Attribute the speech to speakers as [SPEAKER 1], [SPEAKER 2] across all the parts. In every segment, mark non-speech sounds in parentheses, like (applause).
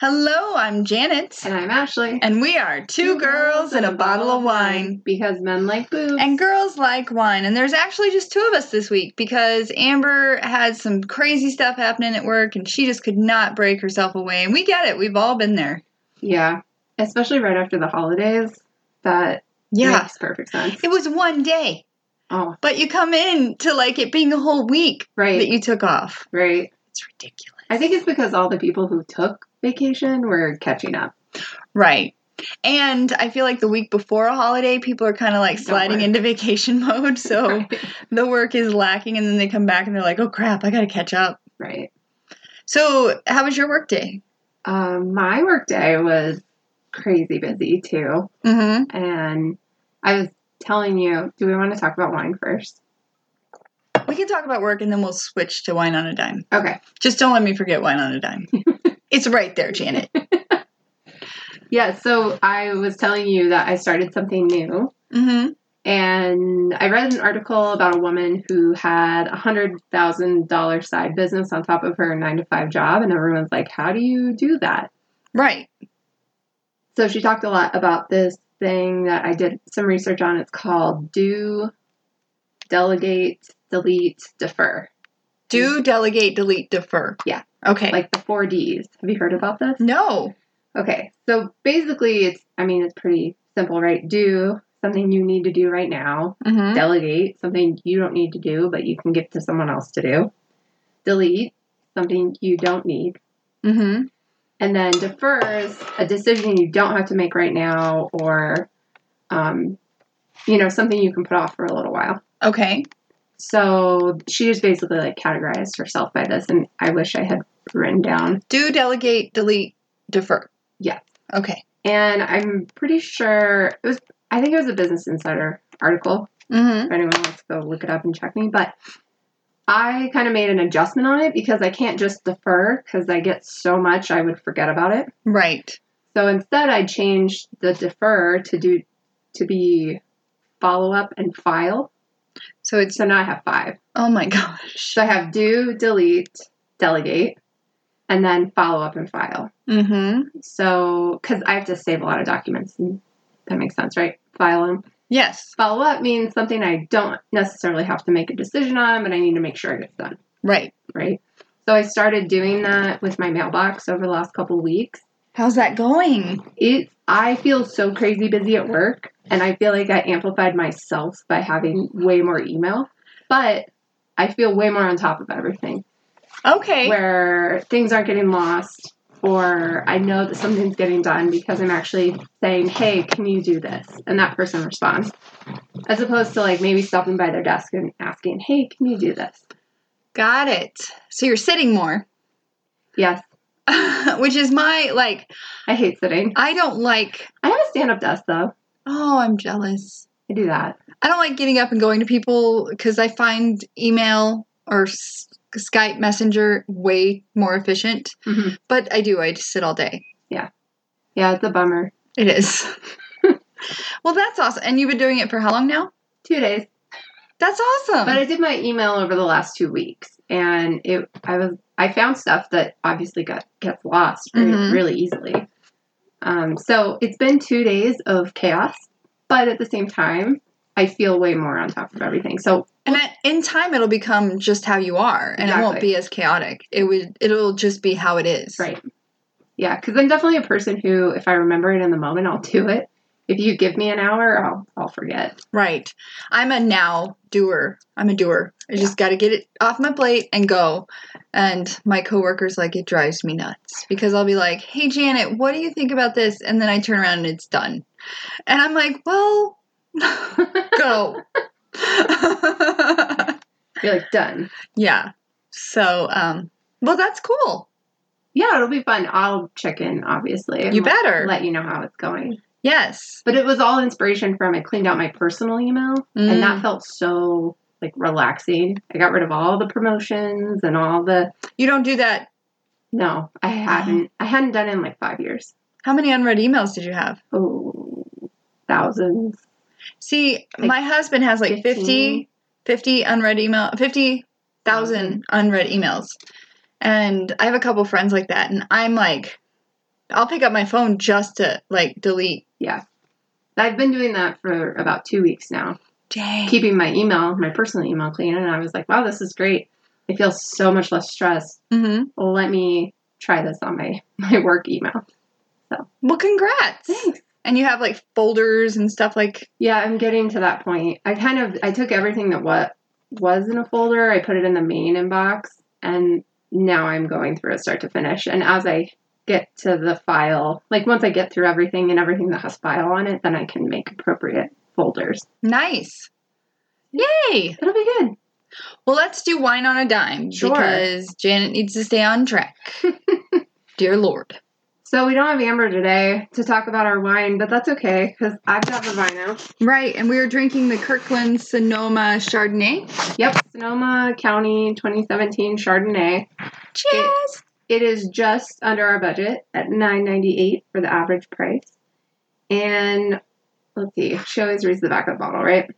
[SPEAKER 1] Hello, I'm Janet.
[SPEAKER 2] And I'm Ashley.
[SPEAKER 1] And we are two girls and a bottle of wine.
[SPEAKER 2] Because men like boobs.
[SPEAKER 1] And girls like wine. And there's actually just two of us this week because Amber had some crazy stuff happening at work and she just could not break herself away. And we get it. We've all been there.
[SPEAKER 2] yeah. Especially right after the holidays. That
[SPEAKER 1] Yeah.
[SPEAKER 2] makes perfect sense.
[SPEAKER 1] It was one day,
[SPEAKER 2] Oh,
[SPEAKER 1] but you come in to like it being a whole week that
[SPEAKER 2] right.
[SPEAKER 1] you took off.
[SPEAKER 2] right.
[SPEAKER 1] It's ridiculous.
[SPEAKER 2] I think it's because all the people who took vacation were catching up.
[SPEAKER 1] Right. And I feel like the week before a holiday, people are kind of like
[SPEAKER 2] Don't
[SPEAKER 1] sliding
[SPEAKER 2] work.
[SPEAKER 1] into vacation (laughs) mode. So
[SPEAKER 2] Right.
[SPEAKER 1] the work is lacking. And then they come back and they're like, oh crap, I got to catch up.
[SPEAKER 2] (laughs) right.
[SPEAKER 1] So, how was your work day?
[SPEAKER 2] Um, my work day was crazy busy too.
[SPEAKER 1] Mm hmm.
[SPEAKER 2] And I was telling you, do we want to talk about wine first?
[SPEAKER 1] We can talk about work and then we'll switch to wine on a dime.
[SPEAKER 2] Okay.
[SPEAKER 1] Just don't let me forget wine on a
[SPEAKER 2] (laughs)
[SPEAKER 1] dime. it's right there, Janet.
[SPEAKER 2] Yeah. So I was telling you that I started something new.
[SPEAKER 1] Mm-hmm.
[SPEAKER 2] and I read an article about a woman who had a hundred thousand dollar side business on top of her nine to five job, and everyone's like, "How do you do that?"
[SPEAKER 1] Right.
[SPEAKER 2] So she talked a lot about this thing that I did some research on. It's called do, delegate, delete, defer,
[SPEAKER 1] Do delegate, delete, defer.
[SPEAKER 2] Yeah.
[SPEAKER 1] Okay.
[SPEAKER 2] like the four Ds. Have you heard about this?
[SPEAKER 1] no.
[SPEAKER 2] Okay, so basically, it's I mean, it's pretty simple, right? Do something you need to do right now.
[SPEAKER 1] Mm-hmm.
[SPEAKER 2] delegate something you don't need to do but you can give to someone else to do delete something you don't need
[SPEAKER 1] Mm-hmm.
[SPEAKER 2] and then defers a decision you don't have to make right now or um, you know something you can put off for a little while
[SPEAKER 1] Okay.
[SPEAKER 2] so she just basically like categorized herself by this and i wish i had written down
[SPEAKER 1] Do delegate, delete, defer.
[SPEAKER 2] Yeah.
[SPEAKER 1] Okay.
[SPEAKER 2] and i'm pretty sure it was i think it was a business insider article
[SPEAKER 1] Mm-hmm.
[SPEAKER 2] if anyone wants to go look it up and check me. But I kind of made an adjustment on it because I can't just defer because I get so much I would forget about it.
[SPEAKER 1] Right.
[SPEAKER 2] So instead, I changed the defer to do to be follow up and file.
[SPEAKER 1] So it's
[SPEAKER 2] So now I have five.
[SPEAKER 1] oh my gosh.
[SPEAKER 2] So I have do, delete, delegate, and then follow up and file.
[SPEAKER 1] Mm-hmm.
[SPEAKER 2] So because I have to save a lot of documents, and that makes sense, right? File them.
[SPEAKER 1] Yes.
[SPEAKER 2] Follow up means something I don't necessarily have to make a decision on, but I need to make sure it gets done.
[SPEAKER 1] Right.
[SPEAKER 2] right? So I started doing that with my mailbox over the last couple of weeks.
[SPEAKER 1] How's that going?
[SPEAKER 2] It I feel so crazy busy at work and I feel like I amplified myself by having way more email, but I feel way more on top of everything
[SPEAKER 1] Okay.
[SPEAKER 2] where things aren't getting lost or I know that something's getting done because I'm actually saying, "Hey, can you do this?" and that person responds. As opposed to like maybe stopping by their desk and asking, "Hey, can you do this?"
[SPEAKER 1] Got it. So you're sitting more, (laughs)
[SPEAKER 2] Yes,
[SPEAKER 1] which is my like.
[SPEAKER 2] I hate sitting.
[SPEAKER 1] I don't like.
[SPEAKER 2] I have a stand-up desk though.
[SPEAKER 1] Oh, I'm jealous.
[SPEAKER 2] I do that.
[SPEAKER 1] I don't like getting up and going to people because I find email or S- Skype Messenger way more efficient.
[SPEAKER 2] Mhm.
[SPEAKER 1] But I do. I just sit all day.
[SPEAKER 2] Yeah, it's a bummer.
[SPEAKER 1] It is. (laughs) well, that's awesome. And you've been doing it for how long now?
[SPEAKER 2] Two days.
[SPEAKER 1] That's awesome.
[SPEAKER 2] But I did my email over the last two weeks, and it I was I found stuff that obviously got gets lost really,
[SPEAKER 1] Mhm.
[SPEAKER 2] really easily. Um, so it's been two days of chaos, but at the same time, I feel way more on top of everything. So
[SPEAKER 1] and at, in time, it'll become just how you are, and it won't
[SPEAKER 2] Exactly.
[SPEAKER 1] be as chaotic. It would. It'll just be how it is.
[SPEAKER 2] right, yeah, because I'm definitely a person who, if I remember it in the moment, I'll do it. If you give me an hour, I'll I'll forget.
[SPEAKER 1] Right. I'm a now doer. I'm a doer. I just got to get it off my plate and go. And my coworkers like it drives me nuts because I'll be like, "Hey Janet, what do you think about this?" And then I turn around and it's done. And I'm like, "Well, (laughs) go." (laughs)
[SPEAKER 2] You're like done.
[SPEAKER 1] yeah. So, um well that's cool.
[SPEAKER 2] Yeah, it'll be fun. I'll check in, obviously. and
[SPEAKER 1] You
[SPEAKER 2] let-
[SPEAKER 1] better.
[SPEAKER 2] Let you know how it's going.
[SPEAKER 1] yes.
[SPEAKER 2] But it was all inspiration from I cleaned out my personal email, and
[SPEAKER 1] Mm.
[SPEAKER 2] that felt so like relaxing. I got rid of all the promotions and all the.
[SPEAKER 1] You don't do that.
[SPEAKER 2] No, I hadn't. I hadn't done it in like five years.
[SPEAKER 1] How many unread emails did you have?
[SPEAKER 2] Oh, thousands.
[SPEAKER 1] See,
[SPEAKER 2] Like
[SPEAKER 1] my husband has like
[SPEAKER 2] 15?
[SPEAKER 1] 50, 50 unread email, 50,000
[SPEAKER 2] Mm-hmm.
[SPEAKER 1] unread emails. And I have a couple friends like that. And I'm like, I'll pick up my phone just to like delete.
[SPEAKER 2] Yeah, I've been doing that for about two weeks now,
[SPEAKER 1] Dang.
[SPEAKER 2] keeping my email, my personal email clean, and I was like, wow, this is great. I feel so much less stressed.
[SPEAKER 1] hmm
[SPEAKER 2] Let me try this on my (laughs) my work email.
[SPEAKER 1] Well, congrats.
[SPEAKER 2] Thanks.
[SPEAKER 1] And you have like folders and stuff like,
[SPEAKER 2] Yeah, I'm getting to that point. I kind of I took everything that what was in a folder, I put it in the main inbox, and now I'm going through it start to finish. And as I get to the file, like once I get through everything and everything that has file on it, then I can make appropriate folders.
[SPEAKER 1] nice. Yay.
[SPEAKER 2] It'll be good.
[SPEAKER 1] Well, let's do wine on a dime
[SPEAKER 2] Sure.
[SPEAKER 1] because Janet needs to stay on
[SPEAKER 2] (laughs)
[SPEAKER 1] track. Dear Lord.
[SPEAKER 2] So we don't have Amber today to talk about our wine, but that's okay because I've got the vino.
[SPEAKER 1] Right. And we are drinking the Kirkland Sonoma Chardonnay.
[SPEAKER 2] Yep, Sonoma County 2017 Chardonnay.
[SPEAKER 1] Cheers.
[SPEAKER 2] It is just under our budget at nine ninety eight for the average price. And let's see, she always reads the back of the bottle, right?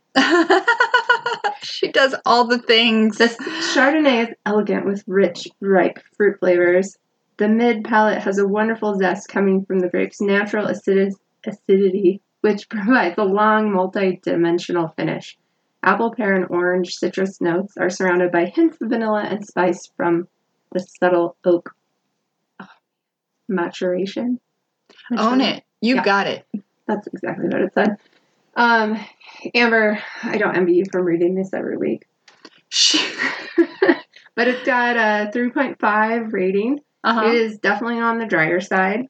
[SPEAKER 1] (laughs) she does all the things.
[SPEAKER 2] This Chardonnay is elegant with rich, ripe fruit flavors. The mid palate has a wonderful zest coming from the grape's natural acidi- acidity, which (laughs) provides a long, multi-dimensional finish. Apple, pear, and orange citrus notes are surrounded by hints of vanilla and spice from the subtle oak Ah, maturation.
[SPEAKER 1] Own
[SPEAKER 2] Maturation?
[SPEAKER 1] it. You
[SPEAKER 2] Yeah.
[SPEAKER 1] got it.
[SPEAKER 2] That's exactly what it said. Um, Amber, I don't envy you from reading this every week, (laughs) but it's got a 3.5 rating. It
[SPEAKER 1] Uh-huh.
[SPEAKER 2] is definitely on the drier side.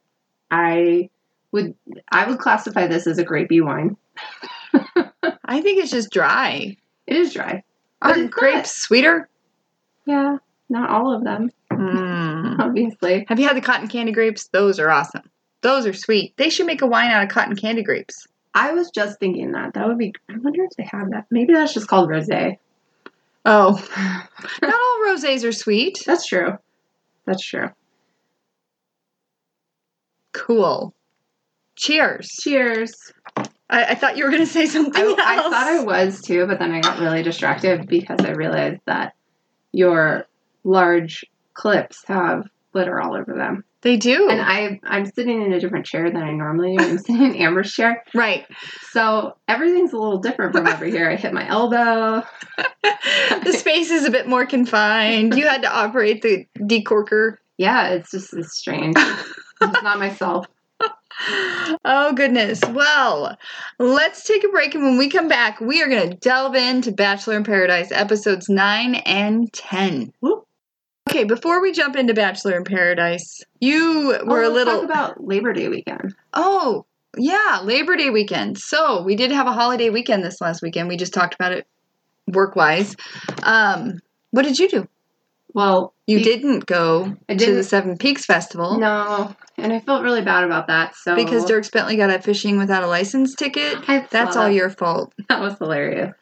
[SPEAKER 2] I would I would classify this as a grapey wine.
[SPEAKER 1] I think it's just dry.
[SPEAKER 2] It is dry. But
[SPEAKER 1] Aren't
[SPEAKER 2] it's
[SPEAKER 1] grapes sweeter?
[SPEAKER 2] Yeah, not all of them, (laughs)
[SPEAKER 1] Mm.
[SPEAKER 2] obviously.
[SPEAKER 1] Have you had the cotton candy grapes? Those are awesome. Those are sweet. They should make a wine out of cotton candy grapes.
[SPEAKER 2] I was just thinking that that would be. I wonder if they have that. Maybe that's just called rosé.
[SPEAKER 1] Oh, (laughs) not all rosés are sweet.
[SPEAKER 2] That's true. That's true.
[SPEAKER 1] Cool. Cheers.
[SPEAKER 2] Cheers.
[SPEAKER 1] I, I thought you were going to say something
[SPEAKER 2] I,
[SPEAKER 1] else.
[SPEAKER 2] I thought I was too, but then I got really distracted because I realized that your large clips have glitter all over them.
[SPEAKER 1] they do.
[SPEAKER 2] And I I'm sitting in a different chair than I normally am. I'm sitting in Amber's chair. (laughs)
[SPEAKER 1] right.
[SPEAKER 2] So everything's a little different from over here. I hit my elbow.
[SPEAKER 1] the space is a bit more confined. You had to operate the decorker.
[SPEAKER 2] Yeah, it's just it's strange. it's not myself.
[SPEAKER 1] Oh, goodness. Well, let's take a break. And when we come back, we are going to delve into Bachelor in Paradise episodes 9 and 10.
[SPEAKER 2] Woo.
[SPEAKER 1] Okay, before we jump into Bachelor in Paradise, you (laughs) were
[SPEAKER 2] Oh,
[SPEAKER 1] a
[SPEAKER 2] let's
[SPEAKER 1] little.
[SPEAKER 2] talk about Labor Day weekend.
[SPEAKER 1] oh, yeah, Labor Day weekend. So we did have a holiday weekend this last weekend. We just talked about it work wise. Um, what did you do?
[SPEAKER 2] Well,
[SPEAKER 1] You
[SPEAKER 2] be-
[SPEAKER 1] didn't go
[SPEAKER 2] I
[SPEAKER 1] to the
[SPEAKER 2] didn't-
[SPEAKER 1] Seven Peaks Festival
[SPEAKER 2] No, and I felt really bad about that. So
[SPEAKER 1] because Dirk Bentley got a fishing without a license ticket.
[SPEAKER 2] I
[SPEAKER 1] That's all
[SPEAKER 2] thought-
[SPEAKER 1] your fault.
[SPEAKER 2] (laughs) That was hilarious.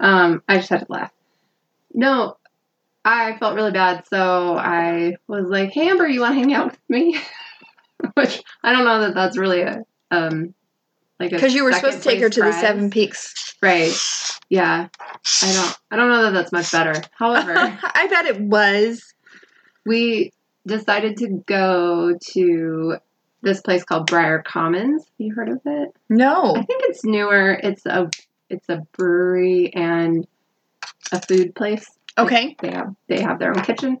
[SPEAKER 2] Um, I just had to laugh. No, I felt really bad, so I was like, "Hey, Amber, you want to hang out with me?" (laughs) Which I don't know that that's really a um, like a
[SPEAKER 1] Because you were
[SPEAKER 2] second
[SPEAKER 1] supposed to take her
[SPEAKER 2] place
[SPEAKER 1] to the
[SPEAKER 2] prize.
[SPEAKER 1] Seven
[SPEAKER 2] (laughs)
[SPEAKER 1] Peaks.
[SPEAKER 2] right? Yeah, I don't. I don't know that that's much better. However,
[SPEAKER 1] (laughs) I bet it was.
[SPEAKER 2] we decided to go to this place called Briar Commons. Have you heard of it? I
[SPEAKER 1] No.
[SPEAKER 2] think it's newer. It's a it's a brewery and a food place.
[SPEAKER 1] Okay.
[SPEAKER 2] they have they have their own kitchen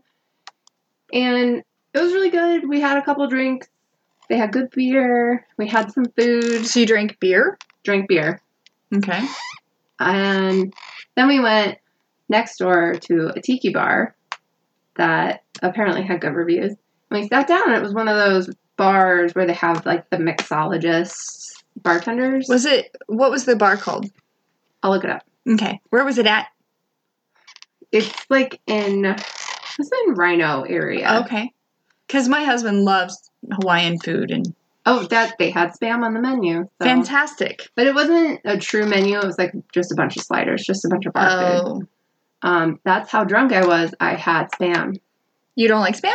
[SPEAKER 2] and it was really good we had a couple drinks they had good beer we had some food
[SPEAKER 1] So you drank beer?
[SPEAKER 2] drank beer
[SPEAKER 1] Okay.
[SPEAKER 2] and then we went next door to a tiki bar that apparently had good reviews and we sat down and it was one of those bars where they have like the mixologists bartenders
[SPEAKER 1] Was it, what was the bar called?
[SPEAKER 2] i'll look it up
[SPEAKER 1] Okay. Where was it at?
[SPEAKER 2] it's like in it's in rhino area
[SPEAKER 1] Okay. Because my husband loves Hawaiian food and
[SPEAKER 2] Oh, that they had spam on the menu.
[SPEAKER 1] Oh.
[SPEAKER 2] So.
[SPEAKER 1] fantastic.
[SPEAKER 2] But it wasn't a true menu. It was like just a bunch of sliders, just a bunch of bar food.
[SPEAKER 1] Oh,
[SPEAKER 2] Um, that's how drunk I was. I had spam.
[SPEAKER 1] you don't like spam?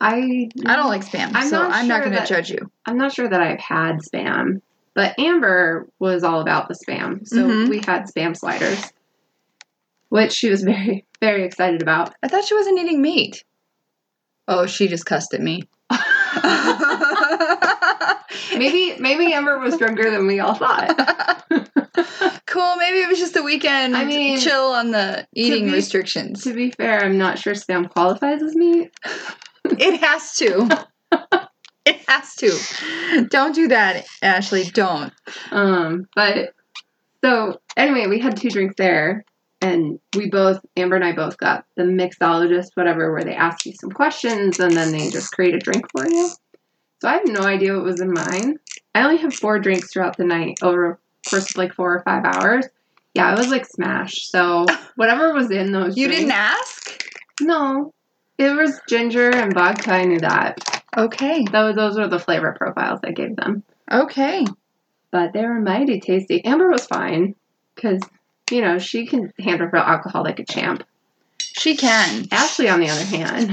[SPEAKER 2] I
[SPEAKER 1] I don't like spam,
[SPEAKER 2] I'm
[SPEAKER 1] so
[SPEAKER 2] not
[SPEAKER 1] Mm-hmm. I'm not
[SPEAKER 2] sure
[SPEAKER 1] going to
[SPEAKER 2] that-
[SPEAKER 1] judge you.
[SPEAKER 2] I'm not sure that I've had spam, but Amber was all about the spam. So
[SPEAKER 1] Mhm.
[SPEAKER 2] we had spam sliders, which she was very, very excited about.
[SPEAKER 1] I thought she wasn't eating meat. Oh, she just cussed at (laughs) me.
[SPEAKER 2] Maybe, maybe Amber was drunker than we all thought.
[SPEAKER 1] (laughs) cool. Maybe it was just the weekend.
[SPEAKER 2] I mean,
[SPEAKER 1] chill on the eating
[SPEAKER 2] be-
[SPEAKER 1] restrictions.
[SPEAKER 2] To be fair, I'm not sure spam qualifies as meat.
[SPEAKER 1] It has
[SPEAKER 2] (laughs)
[SPEAKER 1] to. it has to. Don't do that, Ashley. Don't.
[SPEAKER 2] Um, but so anyway, we had two drinks there, and we both, Amber and I both got the mixologist, whatever, where they ask you some questions and then they just create a drink for you. So I have no idea what was in mine. I only had four drinks throughout the night over a course of like four or five hours. Yeah, I was like smashed.
[SPEAKER 1] (laughs)
[SPEAKER 2] So whatever was in those,
[SPEAKER 1] You didn't
[SPEAKER 2] drinks-
[SPEAKER 1] ask?
[SPEAKER 2] No, it was ginger and vodka. I knew that.
[SPEAKER 1] Okay.
[SPEAKER 2] Those those were the flavor profiles I gave them
[SPEAKER 1] Okay.
[SPEAKER 2] but they were mighty tasty. Amber was fine because, you know, she can handle her alcohol like a champ.
[SPEAKER 1] She can.
[SPEAKER 2] Ashley, on the other hand,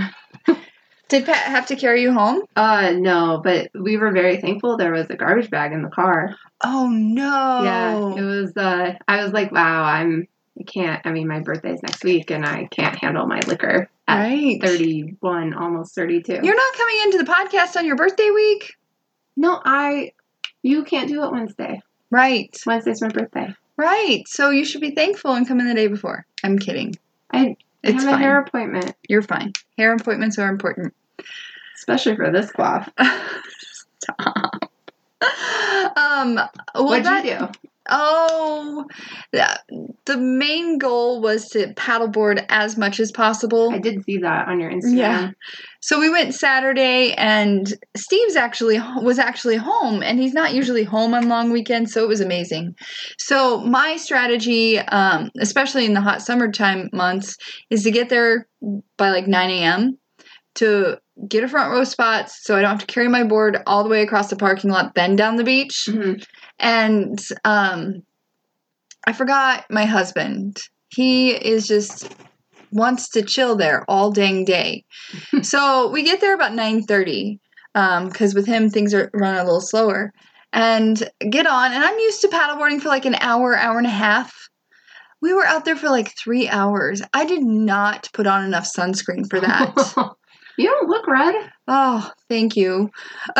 [SPEAKER 1] Did Pat have to carry you home?
[SPEAKER 2] uh, no, but we were very thankful there was a garbage bag in the car.
[SPEAKER 1] Oh no.
[SPEAKER 2] Yeah, it was, uh, I was like, wow, I'm, I can't, I mean, my birthday's next week and I can't handle my liquor at
[SPEAKER 1] right.
[SPEAKER 2] 31, almost 32.
[SPEAKER 1] You're not coming into the podcast on your birthday week?
[SPEAKER 2] no, I, you can't do it Wednesday.
[SPEAKER 1] Right.
[SPEAKER 2] Wednesday's my birthday.
[SPEAKER 1] Right. So you should be thankful and come in the day before. I'm kidding.
[SPEAKER 2] I I
[SPEAKER 1] It's
[SPEAKER 2] have a
[SPEAKER 1] fine.
[SPEAKER 2] hair appointment,
[SPEAKER 1] You're fine. Hair appointments are important.
[SPEAKER 2] especially for this cloth.
[SPEAKER 1] Stop. Um, well,
[SPEAKER 2] What'd
[SPEAKER 1] that,
[SPEAKER 2] you do?
[SPEAKER 1] Oh, that, the main goal was to paddleboard as much as possible.
[SPEAKER 2] I did see that on your Instagram.
[SPEAKER 1] Yeah. So we went Saturday, and Steve's actually was actually home, and he's not usually home on long weekends, so it was amazing. So my strategy, um, especially in the hot summertime months, is to get there by like 9 a.m. to get a front row spot, so I don't have to carry my board all the way across the parking lot, then down the beach.
[SPEAKER 2] Mhm.
[SPEAKER 1] And um, I forgot my husband. He is just wants to chill there all dang day. so we get there about nine thirty because with him things are run a little slower. And get on, and I'm used to paddleboarding for like an hour, hour and a half. We were out there for like three hours. I did not put on enough sunscreen for (laughs) that.
[SPEAKER 2] (laughs) you don't look red.
[SPEAKER 1] Oh, thank you. (laughs)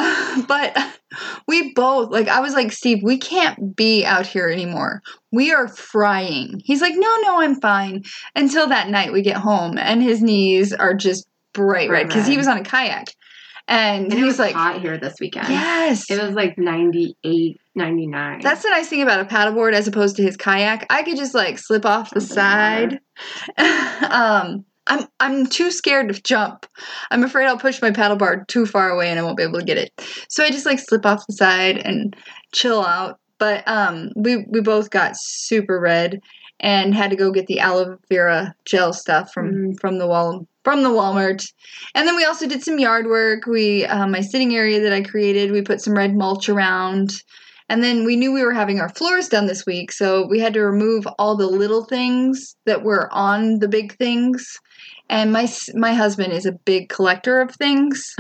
[SPEAKER 1] but we both, like, I was like, Steve, we can't be out here anymore. We are frying. He's like, no, no, I'm fine. Until that night we get home, and his knees are just bright red because he
[SPEAKER 2] Red.
[SPEAKER 1] was on a kayak. And,
[SPEAKER 2] And
[SPEAKER 1] he
[SPEAKER 2] it
[SPEAKER 1] was
[SPEAKER 2] was
[SPEAKER 1] like,
[SPEAKER 2] hot here this weekend.
[SPEAKER 1] yes.
[SPEAKER 2] It was like 98, 99.
[SPEAKER 1] That's the nice thing about a paddleboard as opposed to his kayak. I could just like slip off the
[SPEAKER 2] Doesn't
[SPEAKER 1] side. (laughs) um, I'm I'm too scared to jump. I'm afraid I'll push my paddleboard too far away and I won't be able to get it. So I just like slip off the side and chill out. But um, we we both got super red and had to go get the aloe vera gel stuff from
[SPEAKER 2] Mm.
[SPEAKER 1] from the wall from the Walmart. And then we also did some yard work. We uh, my sitting area that I created, we put some red mulch around. And then we knew we were having our floors done this week, so we had to remove all the little things that were on the big things. And my s- my husband is a big collector of things.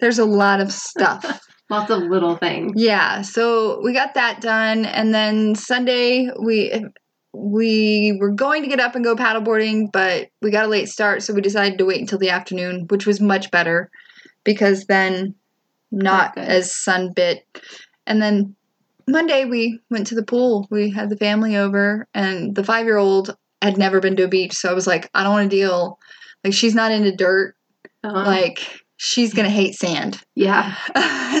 [SPEAKER 1] There's a lot of stuff.
[SPEAKER 2] Lots of little things.
[SPEAKER 1] Yeah, so we got that done, and then Sunday we we were going to get up and go paddleboarding, but we got a late start, so we decided to wait until the afternoon, which was much better because then not
[SPEAKER 2] That's good.
[SPEAKER 1] as sunbit. And then Monday we went to the pool. We had the family over, and the five year old had never been to a beach, so I was like, I don't want to deal. Like she's not into dirt.
[SPEAKER 2] Um,
[SPEAKER 1] Like she's gonna hate sand
[SPEAKER 2] yeah.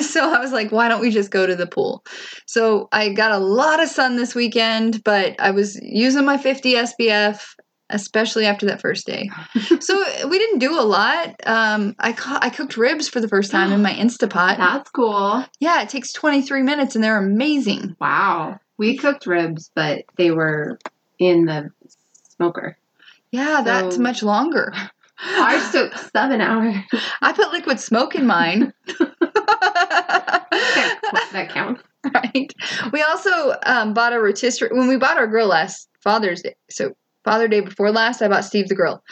[SPEAKER 1] (laughs) so I was like, why don't we just go to the pool? So I got a lot of sun this weekend, but I was using my 50 SPF, especially after that first day. so we didn't do a lot. Um, I, ca- I cooked ribs for the first time in my Instapot.
[SPEAKER 2] That's cool.
[SPEAKER 1] Yeah, it takes 23 minutes and they're amazing.
[SPEAKER 2] Wow. We cooked ribs, but they were in the smoker.
[SPEAKER 1] Yeah, that's
[SPEAKER 2] So-
[SPEAKER 1] much longer. (gasps)
[SPEAKER 2] Ours took seven hours.
[SPEAKER 1] (laughs)
[SPEAKER 2] (laughs)
[SPEAKER 1] I put liquid smoke in mine.
[SPEAKER 2] that counts.
[SPEAKER 1] right. We also um, bought a rotisserie when we bought our grill last Father's Day. So Father Day before last, I bought Steve the grill,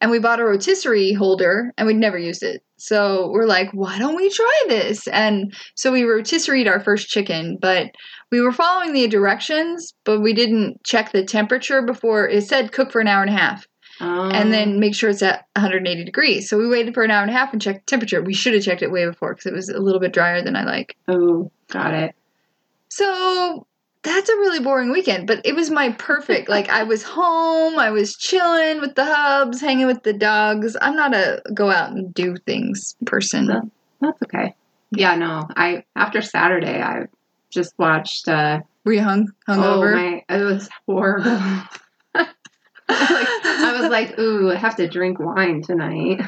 [SPEAKER 1] and we bought a rotisserie holder, and we'd never used it. So we're like, why don't we try this? And so we rotisseried our first chicken, but we were following the directions, but we didn't check the temperature before it said cook for an hour and a half
[SPEAKER 2] Um,
[SPEAKER 1] and then make sure it's at 180 degrees. So we waited for an hour and a half and checked the temperature. We should have checked it way before because it was a little bit drier than I like.
[SPEAKER 2] oh, got it.
[SPEAKER 1] So that's a really boring weekend, but it was my perfect. like I was home, I was chilling with the hubs, hanging with the dogs. I'm not a go out and do things person.
[SPEAKER 2] Yeah. That's okay. Yeah, no. I after Saturday, I just watched. Uh,
[SPEAKER 1] Were you hung
[SPEAKER 2] oh
[SPEAKER 1] hungover?
[SPEAKER 2] my! It was horrible. Oh, I
[SPEAKER 1] (laughs)
[SPEAKER 2] (laughs) was like, ooh, I have to drink wine tonight.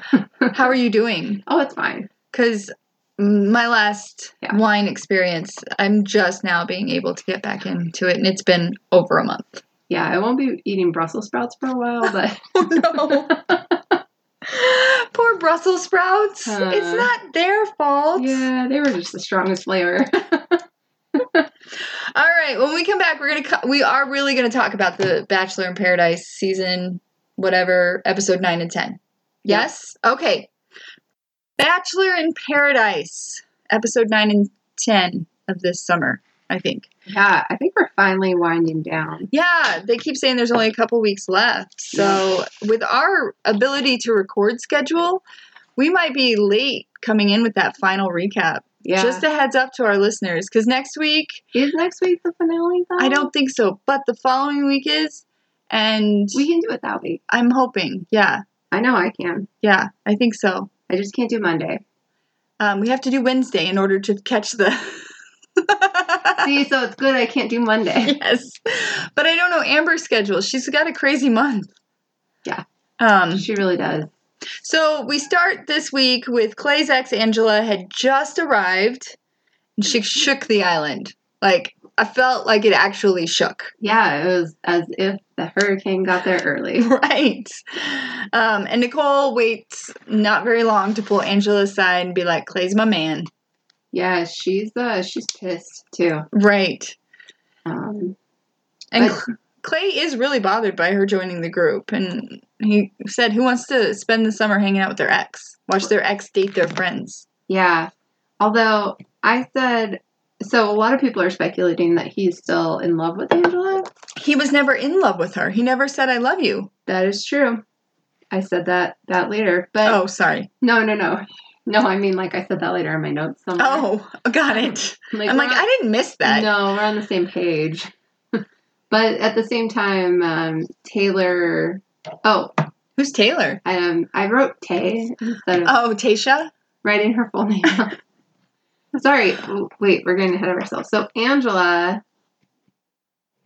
[SPEAKER 1] How are you doing?
[SPEAKER 2] Oh, it's fine.
[SPEAKER 1] Because my last
[SPEAKER 2] Yeah.
[SPEAKER 1] wine experience, I'm just now being able to get back into it, and it's been over a month. (laughs)
[SPEAKER 2] Yeah, I won't be eating Brussels sprouts for a while, but
[SPEAKER 1] Oh,
[SPEAKER 2] (laughs)
[SPEAKER 1] no. Poor Brussels sprouts.
[SPEAKER 2] Huh.
[SPEAKER 1] It's not their fault.
[SPEAKER 2] yeah, they were just the strongest flavor.
[SPEAKER 1] All right. When we come back, we're gonna co- we are really gonna talk about the Bachelor in Paradise season, whatever episode nine and ten.
[SPEAKER 2] Yeah.
[SPEAKER 1] (laughs) Yes. Okay. Bachelor in Paradise episode nine and ten of this summer, I think.
[SPEAKER 2] yeah, I think we're finally winding down.
[SPEAKER 1] Yeah, they keep saying there's only a couple weeks left. So, with our ability to record schedule, we might be late coming in with that final recap.
[SPEAKER 2] Yeah,
[SPEAKER 1] Just a heads up to our listeners because next week,
[SPEAKER 2] is next week the finale? Though
[SPEAKER 1] I don't think so, but the following week is. And
[SPEAKER 2] We can do it that week.
[SPEAKER 1] I'm hoping. Yeah,
[SPEAKER 2] I know I can.
[SPEAKER 1] yeah, I think so.
[SPEAKER 2] I just can't
[SPEAKER 1] (laughs)
[SPEAKER 2] do Monday.
[SPEAKER 1] Um, we have to do Wednesday in order to catch the. (laughs)
[SPEAKER 2] See, so it's good I can't do Monday.
[SPEAKER 1] yes. But I don't know Amber's schedule. She's got a crazy month.
[SPEAKER 2] Yeah.
[SPEAKER 1] Um,
[SPEAKER 2] She really does.
[SPEAKER 1] So we start this week with Clay's ex Angela had just arrived and she shook the island. Like I felt like it actually shook.
[SPEAKER 2] Yeah, it was as if the hurricane got there early.
[SPEAKER 1] (laughs) Right. Um, and Nicole waits not very long to pull Angela aside and be like, Clay's my man.
[SPEAKER 2] Yeah, she's uh she's pissed too.
[SPEAKER 1] Right.
[SPEAKER 2] Um,
[SPEAKER 1] And
[SPEAKER 2] But-
[SPEAKER 1] Cl- Clay is really bothered by her joining the group. And he said, Who wants to spend the summer hanging out with their ex? Watch their ex date their friends.
[SPEAKER 2] yeah. Although I said so a lot of people are speculating that he's still in love with Angela.
[SPEAKER 1] He was never in love with her. He never said, I love you.
[SPEAKER 2] That is true. I said that that later. But
[SPEAKER 1] Oh, sorry.
[SPEAKER 2] no no no. No, I mean like I said that later in my notes somewhere.
[SPEAKER 1] Oh, (laughs) got it.
[SPEAKER 2] like,
[SPEAKER 1] I'm
[SPEAKER 2] we're
[SPEAKER 1] like,
[SPEAKER 2] on-
[SPEAKER 1] I didn't miss that.
[SPEAKER 2] No, we're on the same page. (laughs) but at the same time, um, Taylor. Oh,
[SPEAKER 1] Who's Taylor?
[SPEAKER 2] um, I wrote Tay instead of
[SPEAKER 1] Oh, Tasha?
[SPEAKER 2] writing her full (laughs) name. out. Sorry. w- Wait, we're getting ahead of ourselves. So Angela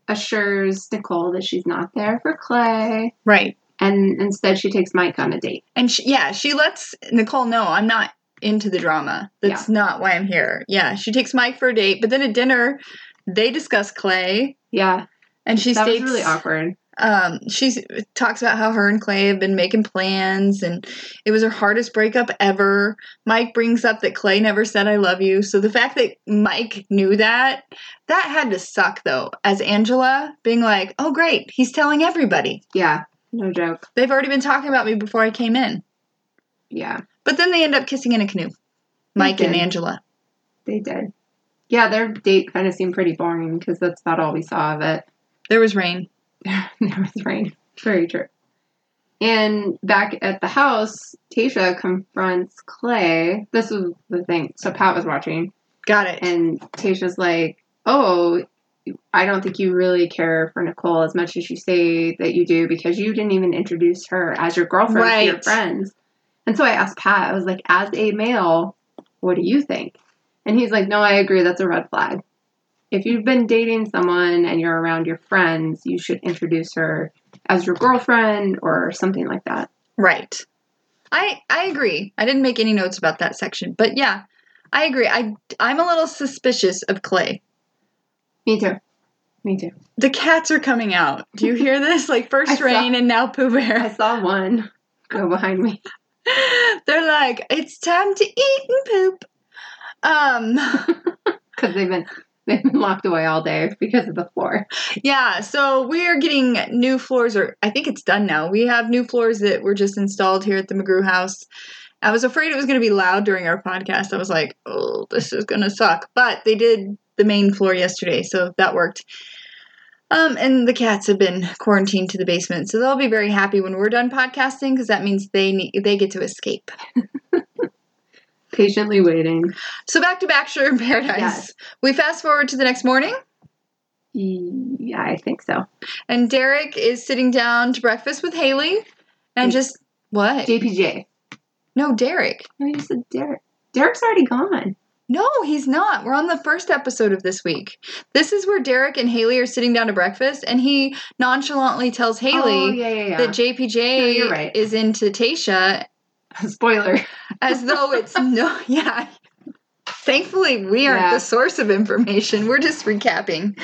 [SPEAKER 2] assures Nicole that she's not there for Clay,
[SPEAKER 1] Right.
[SPEAKER 2] and instead she takes Mike on a date.
[SPEAKER 1] And she, yeah, she lets Nicole know I'm not into the drama. That's not why I'm here. Yeah, she takes Mike for a date, but then at dinner, they discuss Clay,
[SPEAKER 2] Yeah,
[SPEAKER 1] and she
[SPEAKER 2] that
[SPEAKER 1] states
[SPEAKER 2] was really awkward.
[SPEAKER 1] um, she talks about how her and Clay have been making plans, and it was her hardest breakup ever. Mike brings up that Clay never said "I love you," so the fact that Mike knew that that had to suck, though. As Angela being like, "Oh, great, he's telling everybody."
[SPEAKER 2] Yeah, no joke.
[SPEAKER 1] They've already been talking about me before I came in.
[SPEAKER 2] Yeah,
[SPEAKER 1] But then they end up kissing in a canoe. Mike and
[SPEAKER 2] did.
[SPEAKER 1] Angela.
[SPEAKER 2] they did. Yeah, their date kind of seemed pretty boring because that's about all we saw of it. (laughs)
[SPEAKER 1] There was rain.
[SPEAKER 2] there was rain. Very true. And back at the house, Tasha confronts Clay. This was the thing. So Pat was watching,
[SPEAKER 1] Got it.
[SPEAKER 2] and Tasha's like, "Oh, I don't think you really care for Nicole as much as you say that you do because you didn't even introduce her as your girlfriend to your
[SPEAKER 1] Right.
[SPEAKER 2] friends." And so I asked Pat. I was like, "As a male, what do you think?" And he's like, "No, I agree. That's a red flag." if you've been dating someone and you're around your friends, you should introduce her as your girlfriend or something like that.
[SPEAKER 1] right. I I agree. I didn't make any notes about that section, but yeah, I agree. I I'm a little suspicious of Clay.
[SPEAKER 2] Me too. Me too.
[SPEAKER 1] The cats are coming out. Do you hear this? Like
[SPEAKER 2] I
[SPEAKER 1] first
[SPEAKER 2] saw-
[SPEAKER 1] rain and now Pooh
[SPEAKER 2] I
[SPEAKER 1] Bear.
[SPEAKER 2] saw one. go behind me.
[SPEAKER 1] (laughs) They're like, it's time to eat and poop. Um,
[SPEAKER 2] Because they've been (laughs) they've been locked away all day because of the floor.
[SPEAKER 1] yeah, so we are getting new floors, or I think it's done now. We have new floors that were just installed here at the McGrew house. I was afraid it was going to be loud during our podcast. I was like, oh, this is going to suck. But they did the main floor yesterday, so that worked. Um, and the cats have been quarantined to the basement, so they'll be very happy when we're done podcasting because that means they need, they get to escape.
[SPEAKER 2] Patiently waiting.
[SPEAKER 1] So back to Bachelor in Paradise.
[SPEAKER 2] Yes.
[SPEAKER 1] We fast forward to the next morning,
[SPEAKER 2] Yeah, I think so.
[SPEAKER 1] and Derek is sitting down to breakfast with Haley, and
[SPEAKER 2] Mm.
[SPEAKER 1] just what?
[SPEAKER 2] JPJ.
[SPEAKER 1] no, Derek.
[SPEAKER 2] No, Oh, you said Derek. Derek's already gone.
[SPEAKER 1] No, he's not. We're on the first episode of this week. This is where Derek and Haley are sitting down to breakfast, and he nonchalantly tells
[SPEAKER 2] Oh,
[SPEAKER 1] Haley
[SPEAKER 2] yeah, yeah, yeah.
[SPEAKER 1] that JPJ
[SPEAKER 2] No, you're right.
[SPEAKER 1] is into Tasha, (laughs)
[SPEAKER 2] Spoiler.
[SPEAKER 1] as though it's
[SPEAKER 2] (laughs)
[SPEAKER 1] no. Yeah. Thankfully, we aren't
[SPEAKER 2] Yeah.
[SPEAKER 1] the source of information. We're just recapping.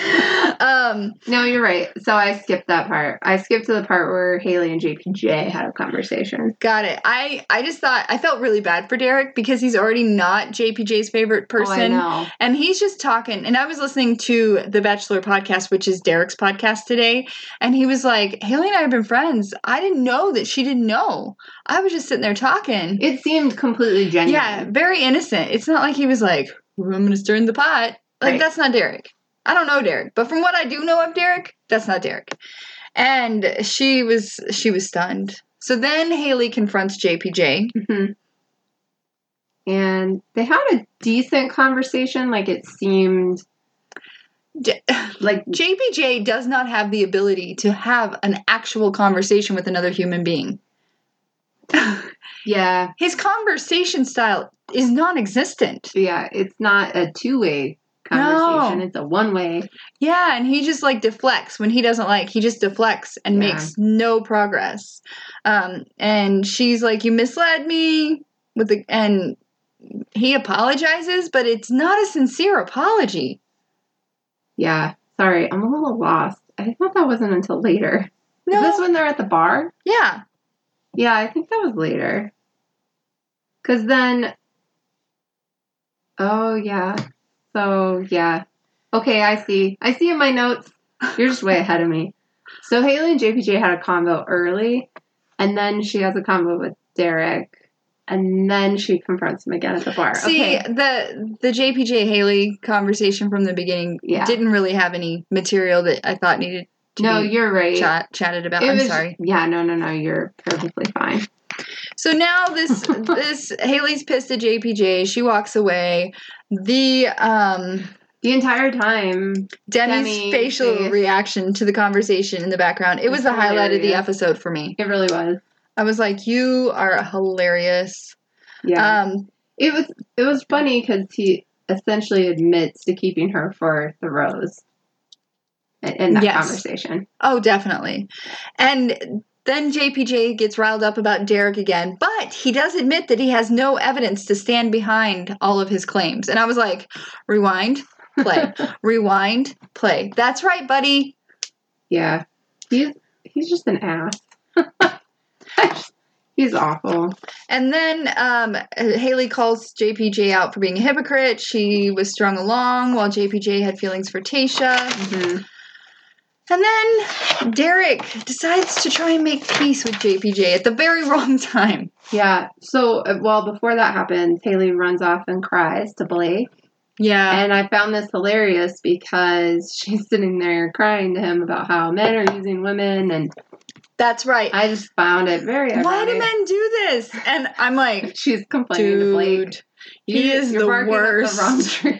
[SPEAKER 1] Um,
[SPEAKER 2] No, you're right. So I skipped that part. I skipped to the part where Haley and JPJ had a conversation.
[SPEAKER 1] Got it. I I just thought I felt really bad for Derek because he's already not JPJ's favorite person,
[SPEAKER 2] Oh, I know.
[SPEAKER 1] and he's just talking. And I was listening to the Bachelor podcast, which is Derek's podcast today, and he was like, "Haley and I have been friends. I didn't know that she didn't know. I was just sitting there talking.
[SPEAKER 2] It seemed completely genuine.
[SPEAKER 1] yeah, very innocent. It's not like he was like, "Ooh, "I'm going to stir in the pot." Like
[SPEAKER 2] Right.
[SPEAKER 1] that's not Derek. I don't know Derek, but from what I do know of Derek, that's not Derek. And she was she was stunned. So then Haley confronts JPJ.
[SPEAKER 2] hmm And they had a decent conversation. Like it seemed
[SPEAKER 1] J- (laughs)
[SPEAKER 2] like
[SPEAKER 1] JPJ does not have the ability to have an actual conversation with another human being.
[SPEAKER 2] yeah,
[SPEAKER 1] His conversation style is non-existent.
[SPEAKER 2] yeah. It's not a two way conversation.
[SPEAKER 1] No.
[SPEAKER 2] It's a one way.
[SPEAKER 1] Yeah, and he just like deflects when he doesn't like. He just deflects and
[SPEAKER 2] Yeah.
[SPEAKER 1] makes no progress. Um, and she's like, "You misled me," with the and he apologizes, but it's not a sincere apology.
[SPEAKER 2] Yeah. Sorry, I'm a little lost. I thought that wasn't until later.
[SPEAKER 1] No,
[SPEAKER 2] Is this when they're at the bar?
[SPEAKER 1] yeah,
[SPEAKER 2] Yeah, I think that was later. Cause then Oh yeah. So yeah. Okay, I see. I see in my notes. You're just way ahead of me. So Haley and JPJ had a convo early, and then she has a convo with Derek, and then she confronts him again at the bar.
[SPEAKER 1] See
[SPEAKER 2] okay.
[SPEAKER 1] the the JPJ Haley conversation from the beginning
[SPEAKER 2] Yeah.
[SPEAKER 1] didn't really have any material that I thought needed to
[SPEAKER 2] No,
[SPEAKER 1] be
[SPEAKER 2] you're right.
[SPEAKER 1] chat, chatted about.
[SPEAKER 2] It
[SPEAKER 1] I'm
[SPEAKER 2] was-
[SPEAKER 1] sorry.
[SPEAKER 2] Yeah, no, no, no. You're perfectly fine.
[SPEAKER 1] So now this
[SPEAKER 2] (laughs)
[SPEAKER 1] this Haley's pissed at JPJ. She walks away. The um
[SPEAKER 2] The entire time,
[SPEAKER 1] Demi's
[SPEAKER 2] Demi
[SPEAKER 1] facial
[SPEAKER 2] face.
[SPEAKER 1] reaction to the conversation in the background. It was
[SPEAKER 2] It's
[SPEAKER 1] the highlight of the
[SPEAKER 2] hilarious.
[SPEAKER 1] episode for me.
[SPEAKER 2] it really was.
[SPEAKER 1] I was like, "You are hilarious."
[SPEAKER 2] Yeah.
[SPEAKER 1] Um
[SPEAKER 2] It was it was funny because he essentially admits to keeping her for the rose in, in that
[SPEAKER 1] Yes.
[SPEAKER 2] conversation.
[SPEAKER 1] Oh, definitely. And then JPJ gets riled up about Derek again, but he does admit that he has no evidence to stand behind all of his claims. And I was like, rewind, play, rewind, play. That's right, buddy.
[SPEAKER 2] Yeah, he's he's just an ass. (laughs) he's awful.
[SPEAKER 1] And then um, Haley calls JPJ out for being a hypocrite. She was strung along while JPJ had feelings for Tasha.
[SPEAKER 2] Mhm.
[SPEAKER 1] And then Derek decides to try and make peace with JPJ at the very (laughs) wrong time.
[SPEAKER 2] Yeah. So uh, well, before that happens, Haley runs off and cries to Blake,
[SPEAKER 1] Yeah.
[SPEAKER 2] and I found this hilarious because (laughs) she's sitting there crying to him about how men are using women, and
[SPEAKER 1] That's right.
[SPEAKER 2] I just found it very.
[SPEAKER 1] Why do
[SPEAKER 2] ironic.
[SPEAKER 1] men do this? And I'm
[SPEAKER 2] (laughs)
[SPEAKER 1] like,
[SPEAKER 2] She's complaining to Blake.
[SPEAKER 1] dude, he
[SPEAKER 2] You-
[SPEAKER 1] is
[SPEAKER 2] you're
[SPEAKER 1] the
[SPEAKER 2] barking up
[SPEAKER 1] worst.
[SPEAKER 2] The wrong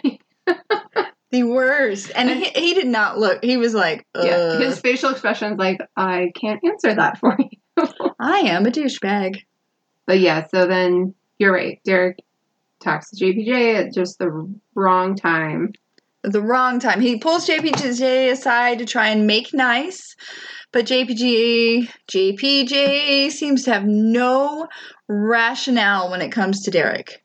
[SPEAKER 2] (laughs) tree.
[SPEAKER 1] (laughs) the worst. And he, he did not look. He was like,
[SPEAKER 2] yeah,
[SPEAKER 1] "Ugh,
[SPEAKER 2] (laughs) his facial expression's like I can't answer that for you.
[SPEAKER 1] I am a douchebag.
[SPEAKER 2] But yeah, so then you're right. Derek talks to JPJ at just the wrong time.
[SPEAKER 1] At The wrong time. He pulls JPJ aside to try and make nice, but JPG JPJ seems to have no rationale when it comes to Derek.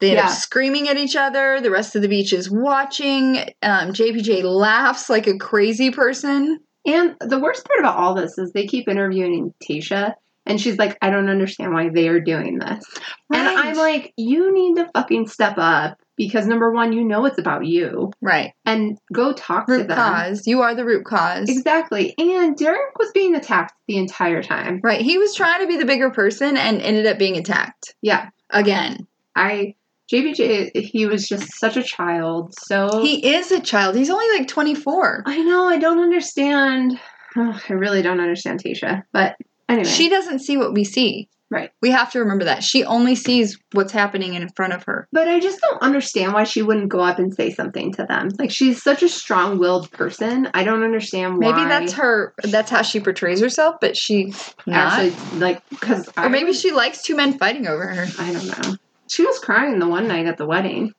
[SPEAKER 1] They end
[SPEAKER 2] Yeah.
[SPEAKER 1] up screaming at each other. The rest of the beach is watching. Um, JPJ laughs like a crazy person.
[SPEAKER 2] And the worst part about all this is they keep interviewing Tasha, And she's like, I don't understand why they are doing this. And
[SPEAKER 1] Right.
[SPEAKER 2] I'm like, you need to fucking step up because number one, you know it's about you
[SPEAKER 1] right.
[SPEAKER 2] and go talk to
[SPEAKER 1] Root
[SPEAKER 2] them.
[SPEAKER 1] cause. You are the root cause.
[SPEAKER 2] Exactly. And Derek was being attacked the entire time.
[SPEAKER 1] Right. He was trying to be the bigger person and ended up being attacked
[SPEAKER 2] Yeah.
[SPEAKER 1] again.
[SPEAKER 2] I, JBJ, he was just such a child. So
[SPEAKER 1] He is a child. He's only like 24.
[SPEAKER 2] Oh. I know, I don't understand. (sighs) Ugh, I really don't understand Tasha. But anyway,
[SPEAKER 1] She doesn't see what we see.
[SPEAKER 2] Right.
[SPEAKER 1] We have to remember that. She only sees what's happening in front of her.
[SPEAKER 2] But I just don't understand why she wouldn't go up and say something to them. Like she's such a strong-willed person. I don't understand why.
[SPEAKER 1] Maybe that's her that's how she portrays herself, but she's not.
[SPEAKER 2] actually like because
[SPEAKER 1] or maybe she likes two men fighting over her.
[SPEAKER 2] I don't know. She was crying the one night at the wedding.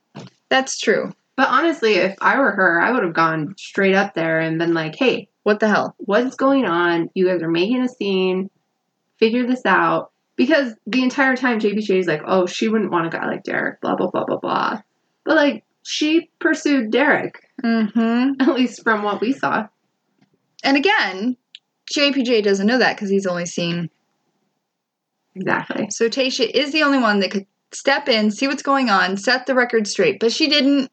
[SPEAKER 1] That's true.
[SPEAKER 2] But honestly, if I were her, I would have gone straight up there and been like, "Hey,
[SPEAKER 1] What the hell?
[SPEAKER 2] what's going on? You guys are making a scene. Figure this out." Because the entire time, JBJ is like, "Oh, she wouldn't want a guy like Derek." Blah blah blah blah blah. But like, she pursued Derek. (laughs)
[SPEAKER 1] Mm-hmm.
[SPEAKER 2] At least from what we saw.
[SPEAKER 1] And again, JPJ doesn't know that because he's only seen.
[SPEAKER 2] Exactly.
[SPEAKER 1] So Tasha is the only one that could step in, see what's going on, set the record straight. But she didn't,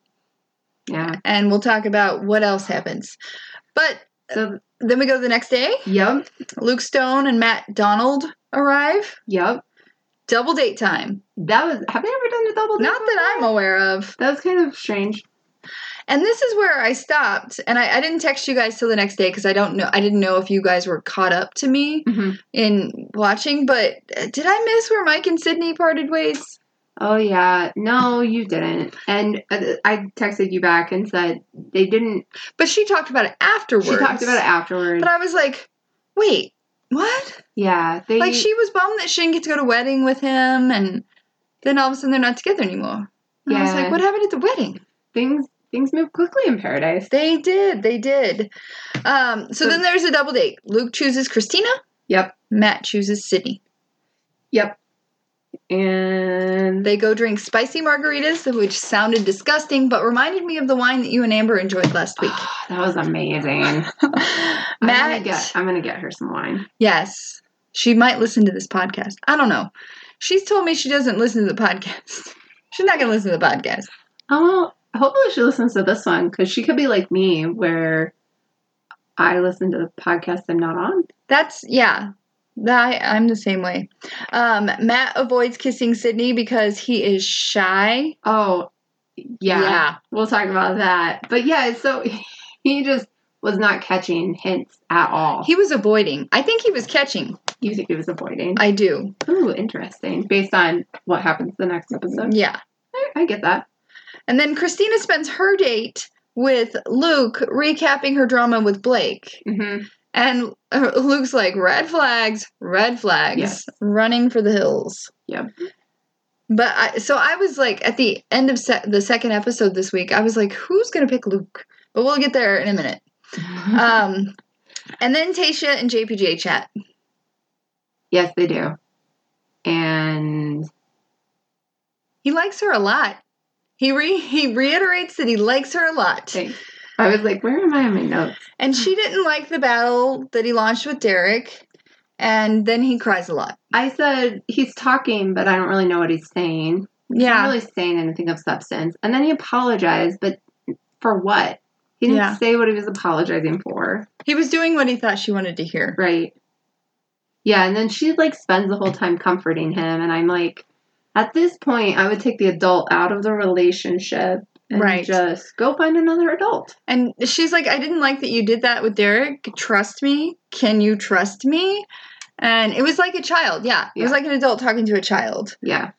[SPEAKER 2] Yeah.
[SPEAKER 1] and we'll talk about what else happens. But
[SPEAKER 2] So,
[SPEAKER 1] then we go the next day.
[SPEAKER 2] yep,
[SPEAKER 1] Luke Stone and Matt Donald arrive.
[SPEAKER 2] yep.
[SPEAKER 1] Double date time.
[SPEAKER 2] That was. Have they ever done a double? date
[SPEAKER 1] Not that I'm
[SPEAKER 2] before?
[SPEAKER 1] aware of.
[SPEAKER 2] That was kind of strange.
[SPEAKER 1] And this is where I stopped, and I, I didn't text you guys till the next day because I don't know. I didn't know if you guys were caught up to me
[SPEAKER 2] Mm-hmm.
[SPEAKER 1] in watching. But uh, did I miss where Mike and Sydney parted ways?
[SPEAKER 2] Oh yeah. No, you didn't. And uh, I texted you back and said they didn't.
[SPEAKER 1] But she talked about it afterwards.
[SPEAKER 2] She talked about it afterwards.
[SPEAKER 1] But I was like, wait, what?
[SPEAKER 2] yeah. They.
[SPEAKER 1] Like she was bummed that she didn't get to go to wedding with him, and then all of a sudden they're not together anymore. And I was
[SPEAKER 2] Yeah.
[SPEAKER 1] like, what happened at the wedding?
[SPEAKER 2] things things move quickly in paradise.
[SPEAKER 1] They did, they did. Um, so
[SPEAKER 2] So-
[SPEAKER 1] then there's a double date. Luke chooses Christina.
[SPEAKER 2] Yep.
[SPEAKER 1] Matt chooses Sydney.
[SPEAKER 2] Yep. And
[SPEAKER 1] They go drink spicy margaritas, which sounded disgusting, but reminded me of the wine that you and Amber enjoyed last week.
[SPEAKER 2] (sighs) that was amazing. I'm gonna
[SPEAKER 1] Matt,
[SPEAKER 2] get. I'm gonna get her some wine.
[SPEAKER 1] Yes. She might listen to this podcast. I don't know. She's told me she doesn't listen to the podcast. (laughs) She's not going to listen to the podcast.
[SPEAKER 2] Oh, hopefully she listens to this one because she could be like me, where I listen to the podcast I'm not on.
[SPEAKER 1] That's, yeah. That, I'm the same way. Um, Matt avoids kissing Sydney because he is shy.
[SPEAKER 2] Oh, yeah, We'll talk about that. But yeah, so (laughs) he just was not catching hints at all.
[SPEAKER 1] He was avoiding. I think he was catching.
[SPEAKER 2] you think he was avoiding?
[SPEAKER 1] I do.
[SPEAKER 2] Ooh, interesting. Based on what happens the next episode,
[SPEAKER 1] Yeah.
[SPEAKER 2] I, I get that.
[SPEAKER 1] And then Christina spends her date with Luke recapping her drama with Blake. (laughs)
[SPEAKER 2] hmm
[SPEAKER 1] And uh, Luke's like, red flags, red flags,
[SPEAKER 2] Yes.
[SPEAKER 1] running for the hills.
[SPEAKER 2] Yep.
[SPEAKER 1] But I, so I was like, at the end of se- the second episode this week, I was like, who's going to pick Luke? But we'll get there in a
[SPEAKER 2] (laughs)
[SPEAKER 1] minute.
[SPEAKER 2] Uh,
[SPEAKER 1] Um, and then Tasha and JPJ chat.
[SPEAKER 2] yes, they do. And
[SPEAKER 1] He likes her a lot. He, re- he reiterates that he likes her a lot.
[SPEAKER 2] thanks. I was like, where am I in my notes?
[SPEAKER 1] And she didn't like the battle that he launched with Derek. And then he cries a lot.
[SPEAKER 2] I said he's talking, but I don't really know what he's saying.
[SPEAKER 1] Yeah.
[SPEAKER 2] not really saying anything of substance. And then he apologized, but for what? He didn't
[SPEAKER 1] Yeah.
[SPEAKER 2] say what he was apologizing for,
[SPEAKER 1] He was doing what he thought she wanted to hear.
[SPEAKER 2] right? Yeah, and then she like spends the whole time comforting him, and I'm like, at this point, I would take the adult out of the relationship and
[SPEAKER 1] Right.
[SPEAKER 2] just go find another adult.
[SPEAKER 1] And she's like, I didn't like that you did that with Derek. Trust me. Can you trust me? And it was like a child. Yeah. It was
[SPEAKER 2] Yeah.
[SPEAKER 1] like an adult talking to a child.
[SPEAKER 2] Yeah.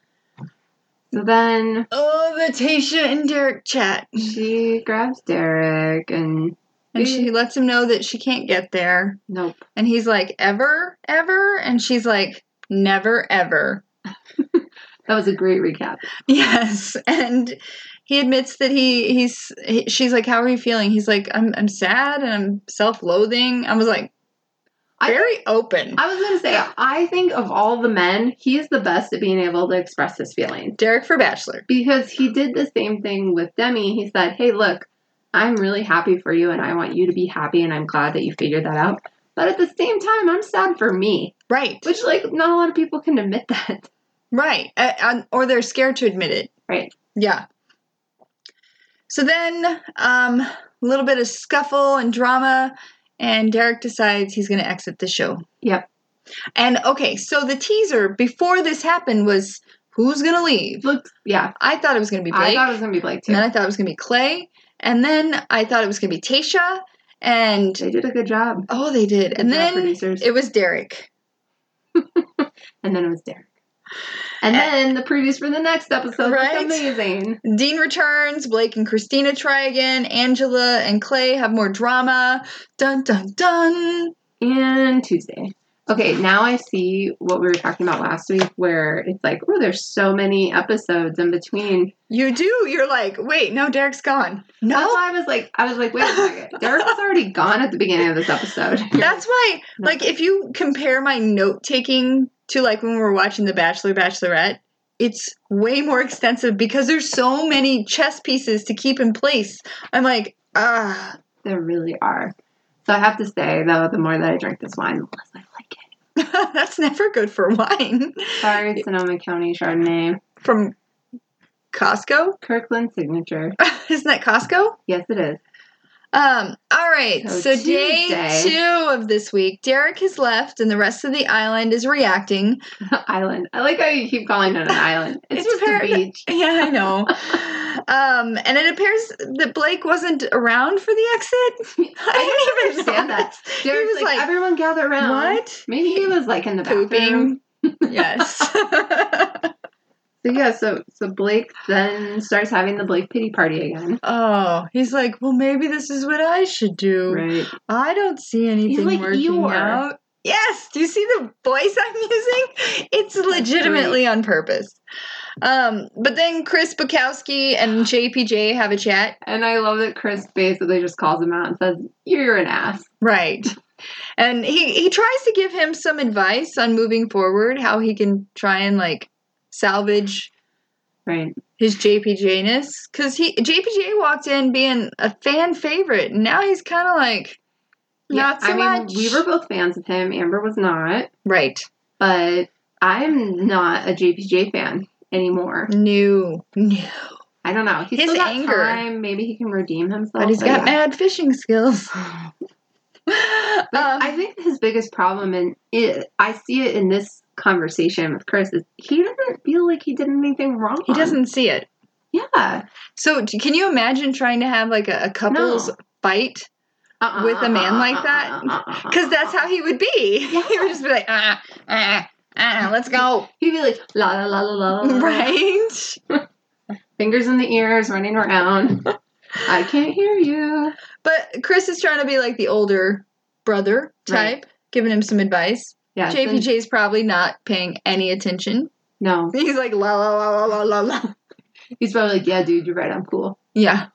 [SPEAKER 2] So then
[SPEAKER 1] Oh, the Tasha and Derek chat.
[SPEAKER 2] she grabs Derek, and
[SPEAKER 1] And she lets him know that she can't get there.
[SPEAKER 2] nope.
[SPEAKER 1] And he's like, ever, ever? And she's like, never, ever. (laughs)
[SPEAKER 2] That was a great recap.
[SPEAKER 1] Yes. And he admits that he he's he, she's like, how are you feeling? He's like, I'm I'm sad and I'm self-loathing. I was like,
[SPEAKER 2] I-
[SPEAKER 1] very open.
[SPEAKER 2] I was gonna say, I think of all the men, he is the best at being able to express his feelings
[SPEAKER 1] Derek for Bachelor.
[SPEAKER 2] because he did the same thing with Demi. He said, "Hey, look, I'm really happy for you, and I want you to be happy, and I'm glad that you figured that out. But at the same time, I'm sad for me,
[SPEAKER 1] Right.
[SPEAKER 2] which like not a lot of people can admit (laughs) that.
[SPEAKER 1] Right. Uh, um, or they're scared to admit it.
[SPEAKER 2] Right.
[SPEAKER 1] Yeah. So then, um, a little bit of scuffle and drama, and Derek decides he's going to exit the show.
[SPEAKER 2] Yep.
[SPEAKER 1] And okay, so the teaser before this happened was who's going to leave?
[SPEAKER 2] Looked, yeah.
[SPEAKER 1] I thought it was going to be Blake.
[SPEAKER 2] I thought it was gonna be Blake too.
[SPEAKER 1] and then I thought it was going to be Clay. And then I thought it was going to be Tasha. And
[SPEAKER 2] They did a good job,
[SPEAKER 1] oh, they did. And
[SPEAKER 2] Good
[SPEAKER 1] then
[SPEAKER 2] job, producers.
[SPEAKER 1] it was Derek.
[SPEAKER 2] and then it was Derek. And then the previews for the next episode was
[SPEAKER 1] Eh. Right?
[SPEAKER 2] amazing.
[SPEAKER 1] Dean returns. Blake and Christina try again. Angela and Clay have more drama. Dun dun dun.
[SPEAKER 2] And Tuesday. Okay, now I see what we were talking about last week, where it's like, oh, there's so many episodes in between.
[SPEAKER 1] You do. You're like, wait, no, Derek's gone. No,
[SPEAKER 2] That's why I was like, I was like, wait a (laughs) second, Derek was already gone at the beginning of this episode.
[SPEAKER 1] That's why,
[SPEAKER 2] No.
[SPEAKER 1] like, if you compare my note taking to like when we were watching The Bachelor, Bachelorette, it's way more extensive because there's so many chess pieces to keep in place. I'm like, ah,
[SPEAKER 2] (laughs)
[SPEAKER 1] (laughs)
[SPEAKER 2] There really are. So I have to say though, the more that I drink this wine, the less I like it.
[SPEAKER 1] that's never good for wine. (laughs)
[SPEAKER 2] Sorry, Sonoma County Chardonnay,
[SPEAKER 1] From Costco,
[SPEAKER 2] Kirkland signature.
[SPEAKER 1] isn't that Costco?
[SPEAKER 2] Yes, it is. (laughs)
[SPEAKER 1] Um, all right, so,
[SPEAKER 2] So
[SPEAKER 1] day
[SPEAKER 2] Tuesday-
[SPEAKER 1] two of this week, Derek has left and the rest of the island is reacting. (laughs)
[SPEAKER 2] island. I like how you keep calling it (laughs) an island. It's,
[SPEAKER 1] It's
[SPEAKER 2] just
[SPEAKER 1] par-
[SPEAKER 2] a (laughs) beach.
[SPEAKER 1] Yeah, I know. um, and it appears that Blake wasn't around for the exit. (laughs) I didn't even
[SPEAKER 2] understand
[SPEAKER 1] know
[SPEAKER 2] (laughs) that.
[SPEAKER 1] He
[SPEAKER 2] Derek's
[SPEAKER 1] was like,
[SPEAKER 2] everyone gather around.
[SPEAKER 1] What?
[SPEAKER 2] Maybe he was like in the bathroom.
[SPEAKER 1] Pooping.
[SPEAKER 2] (laughs)
[SPEAKER 1] yes. (laughs)
[SPEAKER 2] So yeah, so so Blake then starts having the Blake pity party again.
[SPEAKER 1] oh, he's like, well, maybe this is what I should do.
[SPEAKER 2] Right.
[SPEAKER 1] I don't see anything
[SPEAKER 2] like
[SPEAKER 1] working
[SPEAKER 2] Eeyore.
[SPEAKER 1] out. Yes, do you see the voice I'm using? It's legitimately on purpose. Um, but then Chris Bukowski and JPJ have a chat.
[SPEAKER 2] And I love that Chris basically just calls him out and says, You're an ass.
[SPEAKER 1] Right. And he, he tries to give him some advice on moving forward, how he can try and like salvage
[SPEAKER 2] Right.
[SPEAKER 1] his JPJ-ness. Cause he JPJ walked in being a fan favorite. And now he's kinda like not so
[SPEAKER 2] I mean,
[SPEAKER 1] much.
[SPEAKER 2] we were both fans of him. Amber was not,
[SPEAKER 1] right.
[SPEAKER 2] but I'm not a JPJ fan anymore.
[SPEAKER 1] New. New.
[SPEAKER 2] I don't know. He's
[SPEAKER 1] His
[SPEAKER 2] still got
[SPEAKER 1] anger.
[SPEAKER 2] time. Maybe he can redeem himself.
[SPEAKER 1] But he's got
[SPEAKER 2] yeah.
[SPEAKER 1] mad fishing skills. (laughs)
[SPEAKER 2] But
[SPEAKER 1] Um,
[SPEAKER 2] I think his biggest problem, and it, I see it in this conversation with Chris, is he doesn't feel like he did anything wrong.
[SPEAKER 1] he doesn't see it.
[SPEAKER 2] Yeah.
[SPEAKER 1] So t- can you imagine trying to have like a, a couple's
[SPEAKER 2] No.
[SPEAKER 1] fight?
[SPEAKER 2] Uh-uh,
[SPEAKER 1] With a man like that? (laughs)
[SPEAKER 2] uh-uh,
[SPEAKER 1] Because that's
[SPEAKER 2] uh-uh.
[SPEAKER 1] how he would be. (laughs) he would just be like, ah, ah, ah, let's
[SPEAKER 2] (laughs)
[SPEAKER 1] go.
[SPEAKER 2] he'd be like la la la la la, la.
[SPEAKER 1] Right?
[SPEAKER 2] Fingers in the ears,
[SPEAKER 1] (laughs)
[SPEAKER 2] running around. I can't hear you.
[SPEAKER 1] But Chris is trying to be like the older brother type,
[SPEAKER 2] Right.
[SPEAKER 1] giving him some advice.
[SPEAKER 2] Yeah. it's been-
[SPEAKER 1] JPJ's probably not paying any attention. (laughs)
[SPEAKER 2] No.
[SPEAKER 1] He's like, la, la, la, la, la, la, la.
[SPEAKER 2] He's probably like, yeah, dude, you're right. I'm cool.
[SPEAKER 1] Yeah.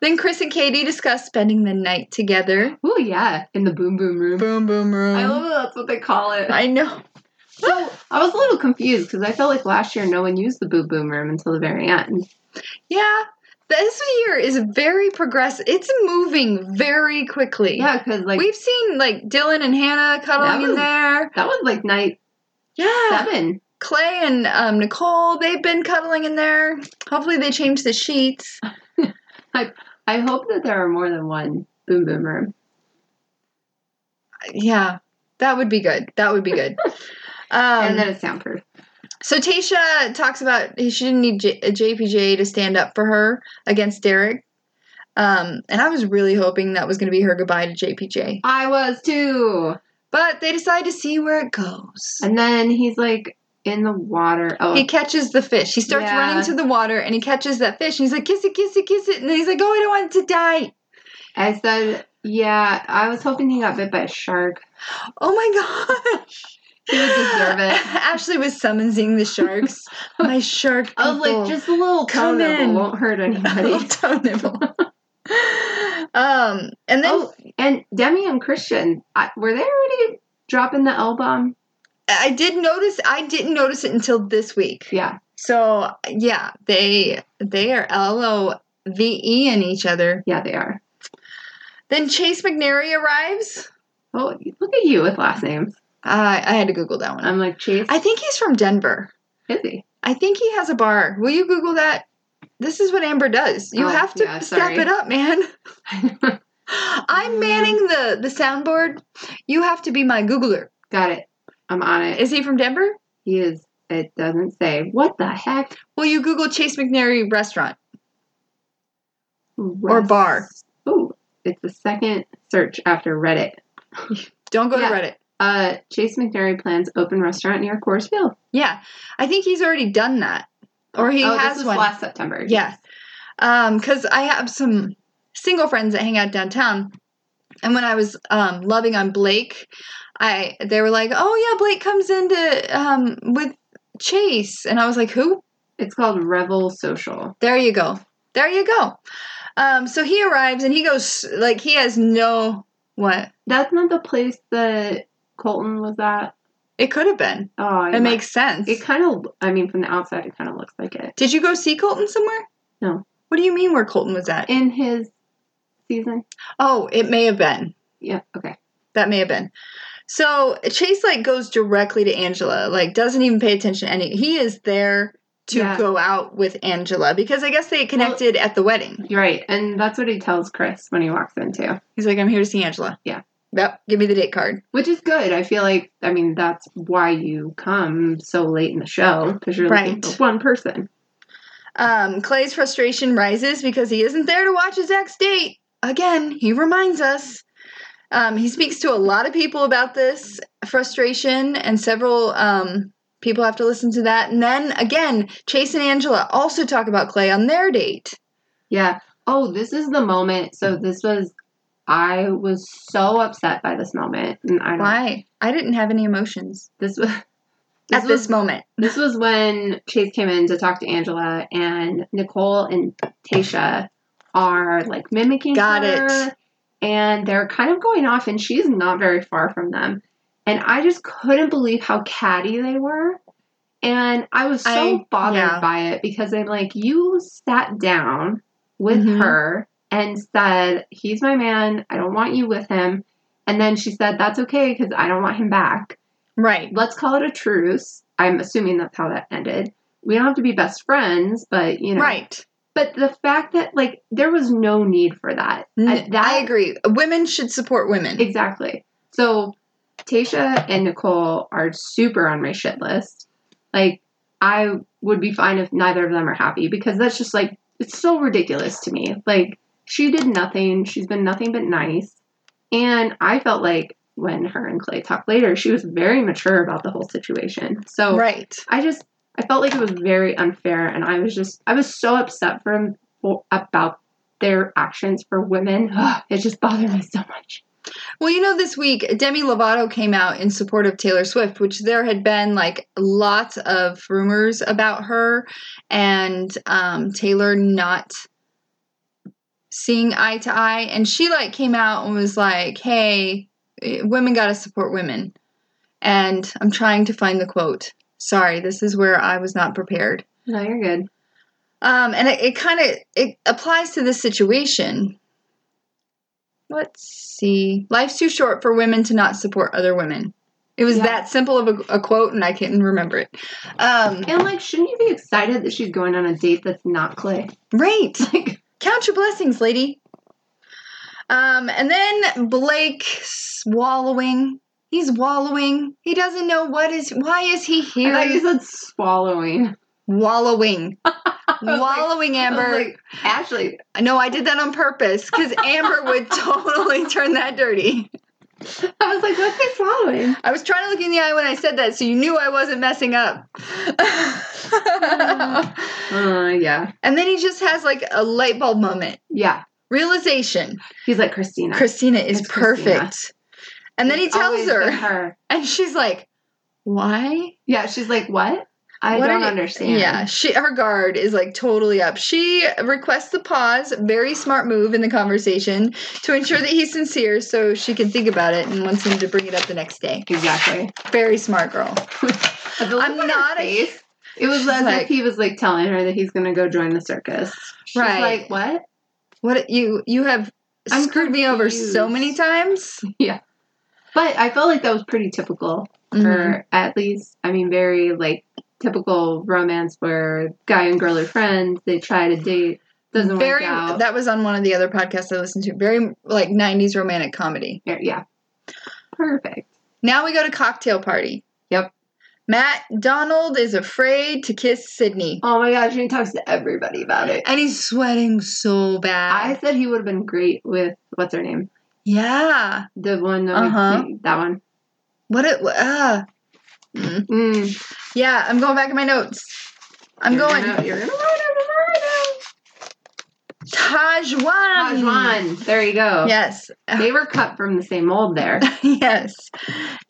[SPEAKER 1] Then Chris and Katie discuss spending the night together.
[SPEAKER 2] Oh yeah, in the boom boom room.
[SPEAKER 1] Boom, boom, room.
[SPEAKER 2] I love that that's what they call it.
[SPEAKER 1] I know.
[SPEAKER 2] So I was a little confused because I felt like last year no one used the boom boom room until the very end.
[SPEAKER 1] Yeah. This year is very progressive. It's moving very quickly.
[SPEAKER 2] Yeah, because like
[SPEAKER 1] We've seen like Dylan and Hannah cuddling
[SPEAKER 2] That
[SPEAKER 1] in
[SPEAKER 2] was-
[SPEAKER 1] there.
[SPEAKER 2] that was like night
[SPEAKER 1] Yeah.
[SPEAKER 2] seven.
[SPEAKER 1] Clay and um, Nicole, they've been cuddling in there. Hopefully they change the sheets.
[SPEAKER 2] I hope that there are more than one boom boom room.
[SPEAKER 1] Yeah. That would be good. That would be
[SPEAKER 2] (laughs)
[SPEAKER 1] good. Um,
[SPEAKER 2] and then it's soundproof.
[SPEAKER 1] so Tasha talks about she didn't need J- JPJ to stand up for her against Derek. Um, and I was really hoping that was going to be her goodbye to JPJ.
[SPEAKER 2] I was too.
[SPEAKER 1] But they decide to see where it goes.
[SPEAKER 2] And then he's like in the water. Oh,
[SPEAKER 1] He catches the fish. He starts
[SPEAKER 2] Yeah.
[SPEAKER 1] running to the water and he catches that fish and he's like, kiss it, kiss it, kiss it. And then he's like, oh, I don't want it to die.
[SPEAKER 2] I said, yeah. I was hoping he got bit by a shark.
[SPEAKER 1] Oh my gosh.
[SPEAKER 2] He would deserve it.
[SPEAKER 1] (laughs) Ashley was summoning the sharks. My shark.
[SPEAKER 2] I was
[SPEAKER 1] (laughs)
[SPEAKER 2] like, just a little
[SPEAKER 1] Come
[SPEAKER 2] toe
[SPEAKER 1] in.
[SPEAKER 2] won't (laughs) hurt anybody.
[SPEAKER 1] nibble. um, and then
[SPEAKER 2] oh, and Demi and Christian, I, were they already dropping the L bomb?
[SPEAKER 1] I did notice. I didn't notice it until this week.
[SPEAKER 2] Yeah.
[SPEAKER 1] So yeah, they they are L O V E in each other.
[SPEAKER 2] Yeah, they are.
[SPEAKER 1] Then Chase McNary arrives.
[SPEAKER 2] Oh, look at you with last names.
[SPEAKER 1] I I had to Google that one.
[SPEAKER 2] I'm like Chase.
[SPEAKER 1] I think he's from Denver.
[SPEAKER 2] is he?
[SPEAKER 1] I think he has a bar. Will you Google that? This is what Amber does. You
[SPEAKER 2] Oh,
[SPEAKER 1] have to
[SPEAKER 2] yeah,
[SPEAKER 1] step
[SPEAKER 2] sorry.
[SPEAKER 1] it up,
[SPEAKER 2] (laughs)
[SPEAKER 1] man. I'm
[SPEAKER 2] Mm.
[SPEAKER 1] manning the the soundboard. You have to be my Googler.
[SPEAKER 2] Got it. I'm on it.
[SPEAKER 1] Is he from Denver?
[SPEAKER 2] He is. It doesn't say. What the heck?
[SPEAKER 1] Will you Google Chase McNary restaurant? Or bar.
[SPEAKER 2] Oh, it's the second search after Reddit.
[SPEAKER 1] Don't go
[SPEAKER 2] Yeah.
[SPEAKER 1] to Reddit.
[SPEAKER 2] Uh, Chase McNary plans open restaurant near Coors Field.
[SPEAKER 1] Yeah, I think he's already done that, or he
[SPEAKER 2] oh, this
[SPEAKER 1] has
[SPEAKER 2] was
[SPEAKER 1] one.
[SPEAKER 2] last September.
[SPEAKER 1] Yeah. Um, 'cause because I have some single friends that hang out downtown, and when I was um, loving on Blake, I they were like, "Oh yeah, Blake comes into um, with Chase," and I was like, "Who?"
[SPEAKER 2] It's called Revel Social.
[SPEAKER 1] There you go, there you go. Um, so he arrives and he goes like he has no what
[SPEAKER 2] That's not the place that Colton was at.
[SPEAKER 1] it could have been.
[SPEAKER 2] Oh, I
[SPEAKER 1] It
[SPEAKER 2] might-
[SPEAKER 1] makes sense.
[SPEAKER 2] it kind of. I mean, from the outside, it kind of looks like it.
[SPEAKER 1] Did you go see Colton somewhere?
[SPEAKER 2] No.
[SPEAKER 1] What do you mean where Colton was at?
[SPEAKER 2] In his season.
[SPEAKER 1] oh, it may have been.
[SPEAKER 2] Yeah. Okay.
[SPEAKER 1] That may have been. So Chase like goes directly to Angela, like doesn't even pay attention to any he is there to
[SPEAKER 2] Yeah.
[SPEAKER 1] go out with Angela because I guess they connected at the wedding.
[SPEAKER 2] You're right, and that's what he tells Chris when he walks in too,
[SPEAKER 1] He's like, I'm here to see Angela.
[SPEAKER 2] Yeah.
[SPEAKER 1] Yep. Give me the date card.
[SPEAKER 2] which is good. I feel like. I mean, that's why you come so late in the show because you're looking
[SPEAKER 1] Right.
[SPEAKER 2] for one person.
[SPEAKER 1] Um, Clay's frustration rises because he isn't there to watch his ex date. Again, he reminds us. Um, he speaks to a lot of people about this frustration, and several um, people have to listen to that. And then again, Chase and Angela also talk about Clay on their date.
[SPEAKER 2] Yeah. Oh, this is the moment. So this was. I was so upset by this moment, and I don't.
[SPEAKER 1] Why? I didn't have any emotions
[SPEAKER 2] (laughs) This was.
[SPEAKER 1] at
[SPEAKER 2] was,
[SPEAKER 1] this moment.
[SPEAKER 2] This was when Chase came in to talk to Angela, and Nicole and Tasha are like mimicking
[SPEAKER 1] Got
[SPEAKER 2] her,
[SPEAKER 1] it.
[SPEAKER 2] and they're kind of going off, and she's not very far from them. And I just couldn't believe how catty they were, and I was so
[SPEAKER 1] I-
[SPEAKER 2] bothered
[SPEAKER 1] yeah.
[SPEAKER 2] by it because I'm like, you sat down with
[SPEAKER 1] Mhm.
[SPEAKER 2] her and said, "He's my man. I don't want you with him," and then she said, "That's okay because I don't want him back."
[SPEAKER 1] Right.
[SPEAKER 2] let's call it a truce. I'm assuming that's how that ended. We don't have to be best friends, but you know.
[SPEAKER 1] Right.
[SPEAKER 2] But the fact that like there was no need for that. At that
[SPEAKER 1] Mm, I agree. Women should support women.
[SPEAKER 2] exactly. So Tasha and Nicole are super on my shit list. Like I would be fine if neither of them are happy because that's just like it's so ridiculous to me. Like she did nothing. She's been nothing but nice. And I felt like when her and Clay talked later, she was very mature about the whole situation. So
[SPEAKER 1] Right.
[SPEAKER 2] I just I felt like it was very unfair, and I was just I was so upset from for, about their actions for women. (sighs) it just bothered me so much.
[SPEAKER 1] Well, you know, this week Demi Lovato came out in support of Taylor Swift, which there had been like lots of rumors about her and um, Taylor not seeing eye to eye. And she like came out and was like, hey, eh, women got to support women. And I'm trying to find the quote. Sorry, this is where I was not prepared.
[SPEAKER 2] No, you're good.
[SPEAKER 1] Um, and it, it kind of it applies to this situation. Let's see. Life's too short for women to not support other women. It was
[SPEAKER 2] Yeah.
[SPEAKER 1] that simple of a, a quote, and I can't remember it. Um,
[SPEAKER 2] And like, shouldn't you be excited that she's going on a date that's not Clay? (laughs)
[SPEAKER 1] right.
[SPEAKER 2] Like,
[SPEAKER 1] Count your blessings, lady. Um, and then Blake swallowing. He's wallowing. He doesn't know what is. Why is he
[SPEAKER 2] I
[SPEAKER 1] here?
[SPEAKER 2] thought you said swallowing. (laughs)
[SPEAKER 1] wallowing.
[SPEAKER 2] like-
[SPEAKER 1] wallowing, Amber.
[SPEAKER 2] I was like, Ashley,
[SPEAKER 1] I know I did that on purpose because Amber
[SPEAKER 2] (laughs)
[SPEAKER 1] would totally turn that dirty.
[SPEAKER 2] I was like, what's he
[SPEAKER 1] (laughs)
[SPEAKER 2] swallowing?
[SPEAKER 1] I was trying to look you in the eye when I said that, so you knew I wasn't messing
[SPEAKER 2] (laughs)
[SPEAKER 1] up.
[SPEAKER 2] Uh, yeah,
[SPEAKER 1] and then he just has like a light bulb moment,
[SPEAKER 2] yeah.
[SPEAKER 1] realization.
[SPEAKER 2] He's like Christina.
[SPEAKER 1] Christina is
[SPEAKER 2] It's
[SPEAKER 1] perfect.
[SPEAKER 2] Christina.
[SPEAKER 1] And then he
[SPEAKER 2] It's
[SPEAKER 1] tells
[SPEAKER 2] always been
[SPEAKER 1] her,
[SPEAKER 2] her.
[SPEAKER 1] and she's like, "Why?"
[SPEAKER 2] Yeah, she's like, what? I
[SPEAKER 1] What are
[SPEAKER 2] don't
[SPEAKER 1] you-
[SPEAKER 2] understand.
[SPEAKER 1] Yeah, she her guard is like totally up. She requests the pause, very smart move in the conversation to ensure that he's sincere so she can think about it and wants him to bring it up the next day.
[SPEAKER 2] exactly.
[SPEAKER 1] Very smart girl.
[SPEAKER 2] But the look
[SPEAKER 1] I'm
[SPEAKER 2] on her
[SPEAKER 1] not a-
[SPEAKER 2] face, It was
[SPEAKER 1] She's
[SPEAKER 2] as
[SPEAKER 1] like-
[SPEAKER 2] if he was like telling her that he's gonna go join the circus. She's
[SPEAKER 1] Right.
[SPEAKER 2] Like what?
[SPEAKER 1] What you you have
[SPEAKER 2] I'm
[SPEAKER 1] screwed me over so
[SPEAKER 2] confused.
[SPEAKER 1] many times.
[SPEAKER 2] Yeah. But I felt like that was pretty typical
[SPEAKER 1] Mhm.
[SPEAKER 2] or at least I mean very like typical romance where guy and girl are friends, they try to date, doesn't
[SPEAKER 1] Very.
[SPEAKER 2] work out.
[SPEAKER 1] That was on one of the other podcasts I listened to. Very like '90s romantic comedy.
[SPEAKER 2] Yeah, yeah. Perfect.
[SPEAKER 1] Now we go to cocktail party.
[SPEAKER 2] Yep.
[SPEAKER 1] Matt Donald is afraid to kiss Sydney,
[SPEAKER 2] Oh my gosh, he talks to everybody about it.
[SPEAKER 1] and he's sweating so
[SPEAKER 2] I
[SPEAKER 1] bad.
[SPEAKER 2] said he would have been great with what's her name?
[SPEAKER 1] yeah.
[SPEAKER 2] The one that we-
[SPEAKER 1] Uh-huh.
[SPEAKER 2] that one.
[SPEAKER 1] What it? Uh, mm.
[SPEAKER 2] Mm.
[SPEAKER 1] Yeah, I'm going back in my notes. I'm
[SPEAKER 2] You're
[SPEAKER 1] going.
[SPEAKER 2] gonna- you're gonna write it,
[SPEAKER 1] Tajwan.
[SPEAKER 2] you're gonna write it. Tajwan. There you go.
[SPEAKER 1] Yes. (laughs)
[SPEAKER 2] They were cut from the same mold there.
[SPEAKER 1] yes.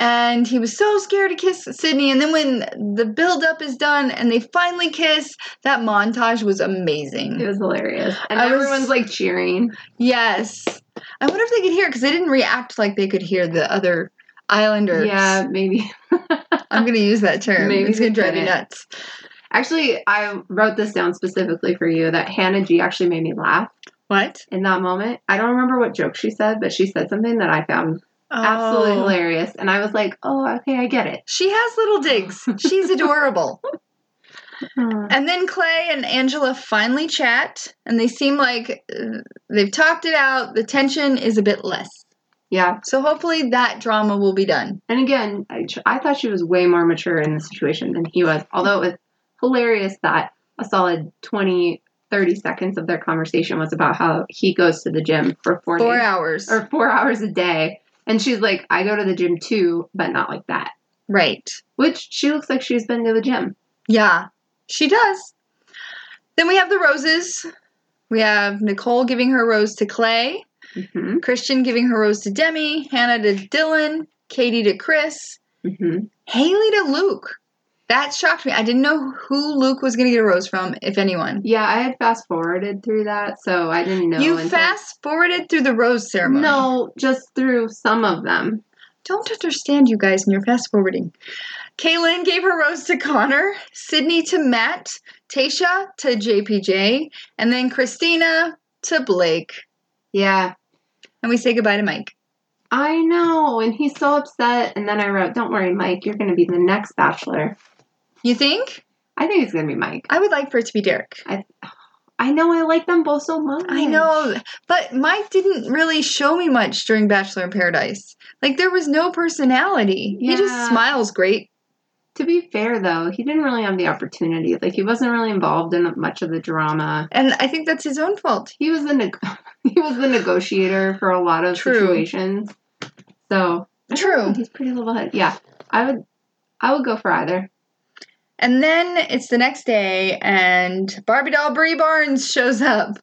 [SPEAKER 1] And he was so scared to kiss Sydney. And then when the buildup is done and they finally kiss, that montage was amazing.
[SPEAKER 2] It was hilarious. And
[SPEAKER 1] I was-
[SPEAKER 2] everyone's like cheering.
[SPEAKER 1] Yes. I wonder if they could hear because they didn't react like they could hear the other islanders.
[SPEAKER 2] Yeah, maybe.
[SPEAKER 1] I'm going to use that term.
[SPEAKER 2] Maybe
[SPEAKER 1] it's going to
[SPEAKER 2] they
[SPEAKER 1] drive you
[SPEAKER 2] couldn't.
[SPEAKER 1] nuts.
[SPEAKER 2] Actually, I wrote this down specifically for you that Hannah G actually made me laugh
[SPEAKER 1] What?
[SPEAKER 2] in that moment. I don't remember what joke she said, but she said something that I found absolutely
[SPEAKER 1] Oh.
[SPEAKER 2] hilarious. And I was like, oh, okay, I get it.
[SPEAKER 1] She has little digs. She's adorable. and then Clay and Angela finally chat and they seem like uh, they've talked it out. The tension is a bit less.
[SPEAKER 2] Yeah.
[SPEAKER 1] So hopefully that drama will be done.
[SPEAKER 2] And again, I, I thought she was way more mature in the situation than he was, although it was hilarious that a solid 20, 30 seconds of their conversation was about how he goes to the gym for four,
[SPEAKER 1] Four
[SPEAKER 2] days-
[SPEAKER 1] hours.
[SPEAKER 2] or four hours a day. And she's like, I go to the gym too, but not like that.
[SPEAKER 1] Right.
[SPEAKER 2] Which she looks like she's been to the gym.
[SPEAKER 1] Yeah, she does. Then we have the roses. We have Nicole giving her rose to Clay,
[SPEAKER 2] hmm
[SPEAKER 1] Christian giving her rose to Demi, Hannah to Dylan, Katie to Chris,
[SPEAKER 2] hmm
[SPEAKER 1] Haley to Luke. That shocked me. I didn't know who Luke was going to get a rose from, if anyone.
[SPEAKER 2] Yeah, I had fast forwarded through that, so I didn't know.
[SPEAKER 1] you
[SPEAKER 2] until-
[SPEAKER 1] fast forwarded through the rose ceremony.
[SPEAKER 2] No, just through some of them.
[SPEAKER 1] Don't understand you guys and your fast forwarding. Kaylin gave her rose to Connor, Sydney to Matt, Tasha to JPJ, and then Christina to Blake.
[SPEAKER 2] Yeah,
[SPEAKER 1] And we say goodbye to Mike.
[SPEAKER 2] I know. And he's so upset. And then I wrote, "Don't worry, Mike. You're going to be the next bachelor."
[SPEAKER 1] You think?
[SPEAKER 2] I think it's going to be Mike.
[SPEAKER 1] I would like for it to be Derek.
[SPEAKER 2] I know. I like them both so much.
[SPEAKER 1] I know, but Mike didn't really show me much during Bachelor in Paradise. Like, there was no personality. He just
[SPEAKER 2] Yeah.
[SPEAKER 1] smiles great.
[SPEAKER 2] To be fair, though, he didn't really have the opportunity. Like he wasn't really involved in much of the drama.
[SPEAKER 1] And I think that's his own fault.
[SPEAKER 2] He was the neg (laughs) he was the negotiator for a lot of
[SPEAKER 1] True.
[SPEAKER 2] situations. So I don't
[SPEAKER 1] True.
[SPEAKER 2] know, (laughs) He's pretty level headed. Yeah, I would. I would go for either.
[SPEAKER 1] And then it's the next day, and Barbie doll Brie Barnes shows up.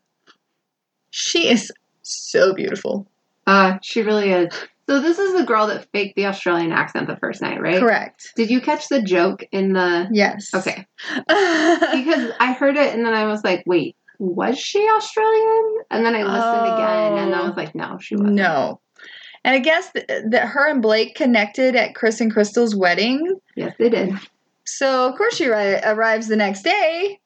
[SPEAKER 1] She is so beautiful.
[SPEAKER 2] Uh, she really is. So this is the girl that faked the Australian accent the first night, right?
[SPEAKER 1] Correct.
[SPEAKER 2] Did you catch the joke in (laughs) the?
[SPEAKER 1] Yes.
[SPEAKER 2] Okay, because I heard it and then I was like, wait, was she Australian? And then I listened again and I
[SPEAKER 1] Oh.
[SPEAKER 2] was like, no, she
[SPEAKER 1] (laughs)
[SPEAKER 2] wasn't.
[SPEAKER 1] no. And I guess th- that her and Blake connected at Chris and Crystal's wedding
[SPEAKER 2] Yes, they did.
[SPEAKER 1] So of course she arri- arrives the next day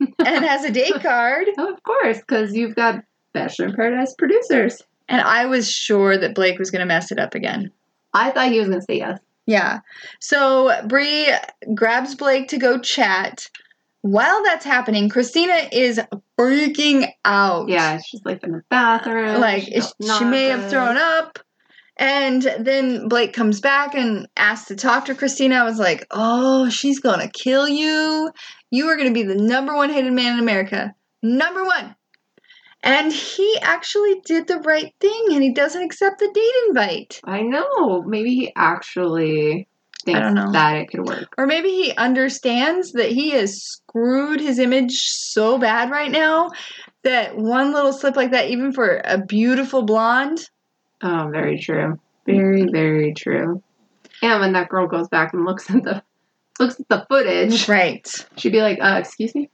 [SPEAKER 1] and has a date card.
[SPEAKER 2] Oh, of course, because you've got Bachelor in Paradise producers.
[SPEAKER 1] And I was sure that Blake was going to mess it up again.
[SPEAKER 2] I thought he was gonna say yes.
[SPEAKER 1] Yeah. So Bree grabs Blake to go chat. While that's happening, Christina is freaking out.
[SPEAKER 2] Yeah, she's like in the bathroom.
[SPEAKER 1] Like
[SPEAKER 2] she
[SPEAKER 1] it-
[SPEAKER 2] felt
[SPEAKER 1] she may have
[SPEAKER 2] nauseous.
[SPEAKER 1] thrown up. And then Blake comes back and asks to talk to Christina. I was like, oh, she's going to kill you. You are going to be the number one hated man in America. Number one. And he actually did the right thing and he doesn't accept the date invite.
[SPEAKER 2] I know. Maybe he actually thinks
[SPEAKER 1] don't know.
[SPEAKER 2] that it could work.
[SPEAKER 1] Or maybe he understands that he has screwed his image so bad right now that one little slip like that, even for a beautiful blonde,
[SPEAKER 2] Oh, very true. Very, very true. And when that girl goes back and looks at the looks at the footage,
[SPEAKER 1] right?
[SPEAKER 2] she'd be like, uh, excuse me?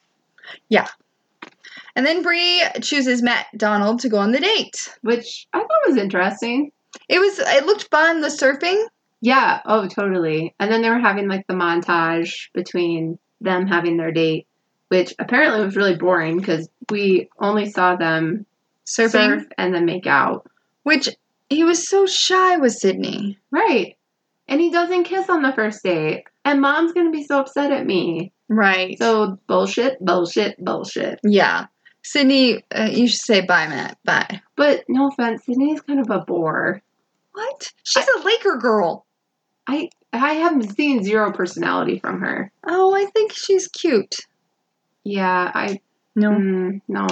[SPEAKER 1] And then Bree chooses Matt Donald to go on the date.
[SPEAKER 2] Which I thought was interesting.
[SPEAKER 1] It was it looked fun, the surfing.
[SPEAKER 2] Yeah, oh totally. And then they were having like the montage between them having their date, which apparently was really boring because we only saw them
[SPEAKER 1] Surfing.
[SPEAKER 2] surf and then make out.
[SPEAKER 1] Which He was so shy with Sydney.
[SPEAKER 2] Right. And he doesn't kiss on the first date. And mom's going to be so upset at me.
[SPEAKER 1] Right.
[SPEAKER 2] So bullshit, bullshit, bullshit.
[SPEAKER 1] yeah. Sydney, uh, you should say bye, Matt. Bye.
[SPEAKER 2] But no offense, Sydney's kind of a bore.
[SPEAKER 1] What? She's a Laker girl.
[SPEAKER 2] I I haven't seen zero personality from her.
[SPEAKER 1] Oh, I think she's cute.
[SPEAKER 2] Yeah, I
[SPEAKER 1] No.
[SPEAKER 2] mm, no.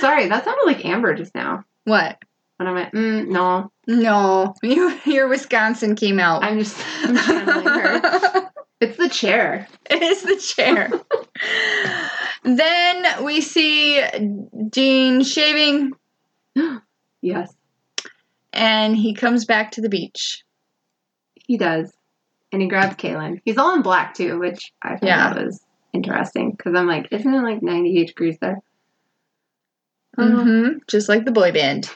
[SPEAKER 2] Sorry, that sounded like Amber just now.
[SPEAKER 1] What?
[SPEAKER 2] When I went, mm, no,
[SPEAKER 1] No. (laughs) You, your Wisconsin came out. (laughs)
[SPEAKER 2] I'm just (laughs) I'm channeling her. It's the chair.
[SPEAKER 1] it is the (laughs) chair. then we see Dean shaving,
[SPEAKER 2] Yes,
[SPEAKER 1] and he comes back to the beach.
[SPEAKER 2] he does, and he grabs Kaylin. He's all in black too, which I thought
[SPEAKER 1] Yeah.
[SPEAKER 2] that was interesting because I'm like, isn't it like 98 degrees there? Um,
[SPEAKER 1] hmm Just like the boy band.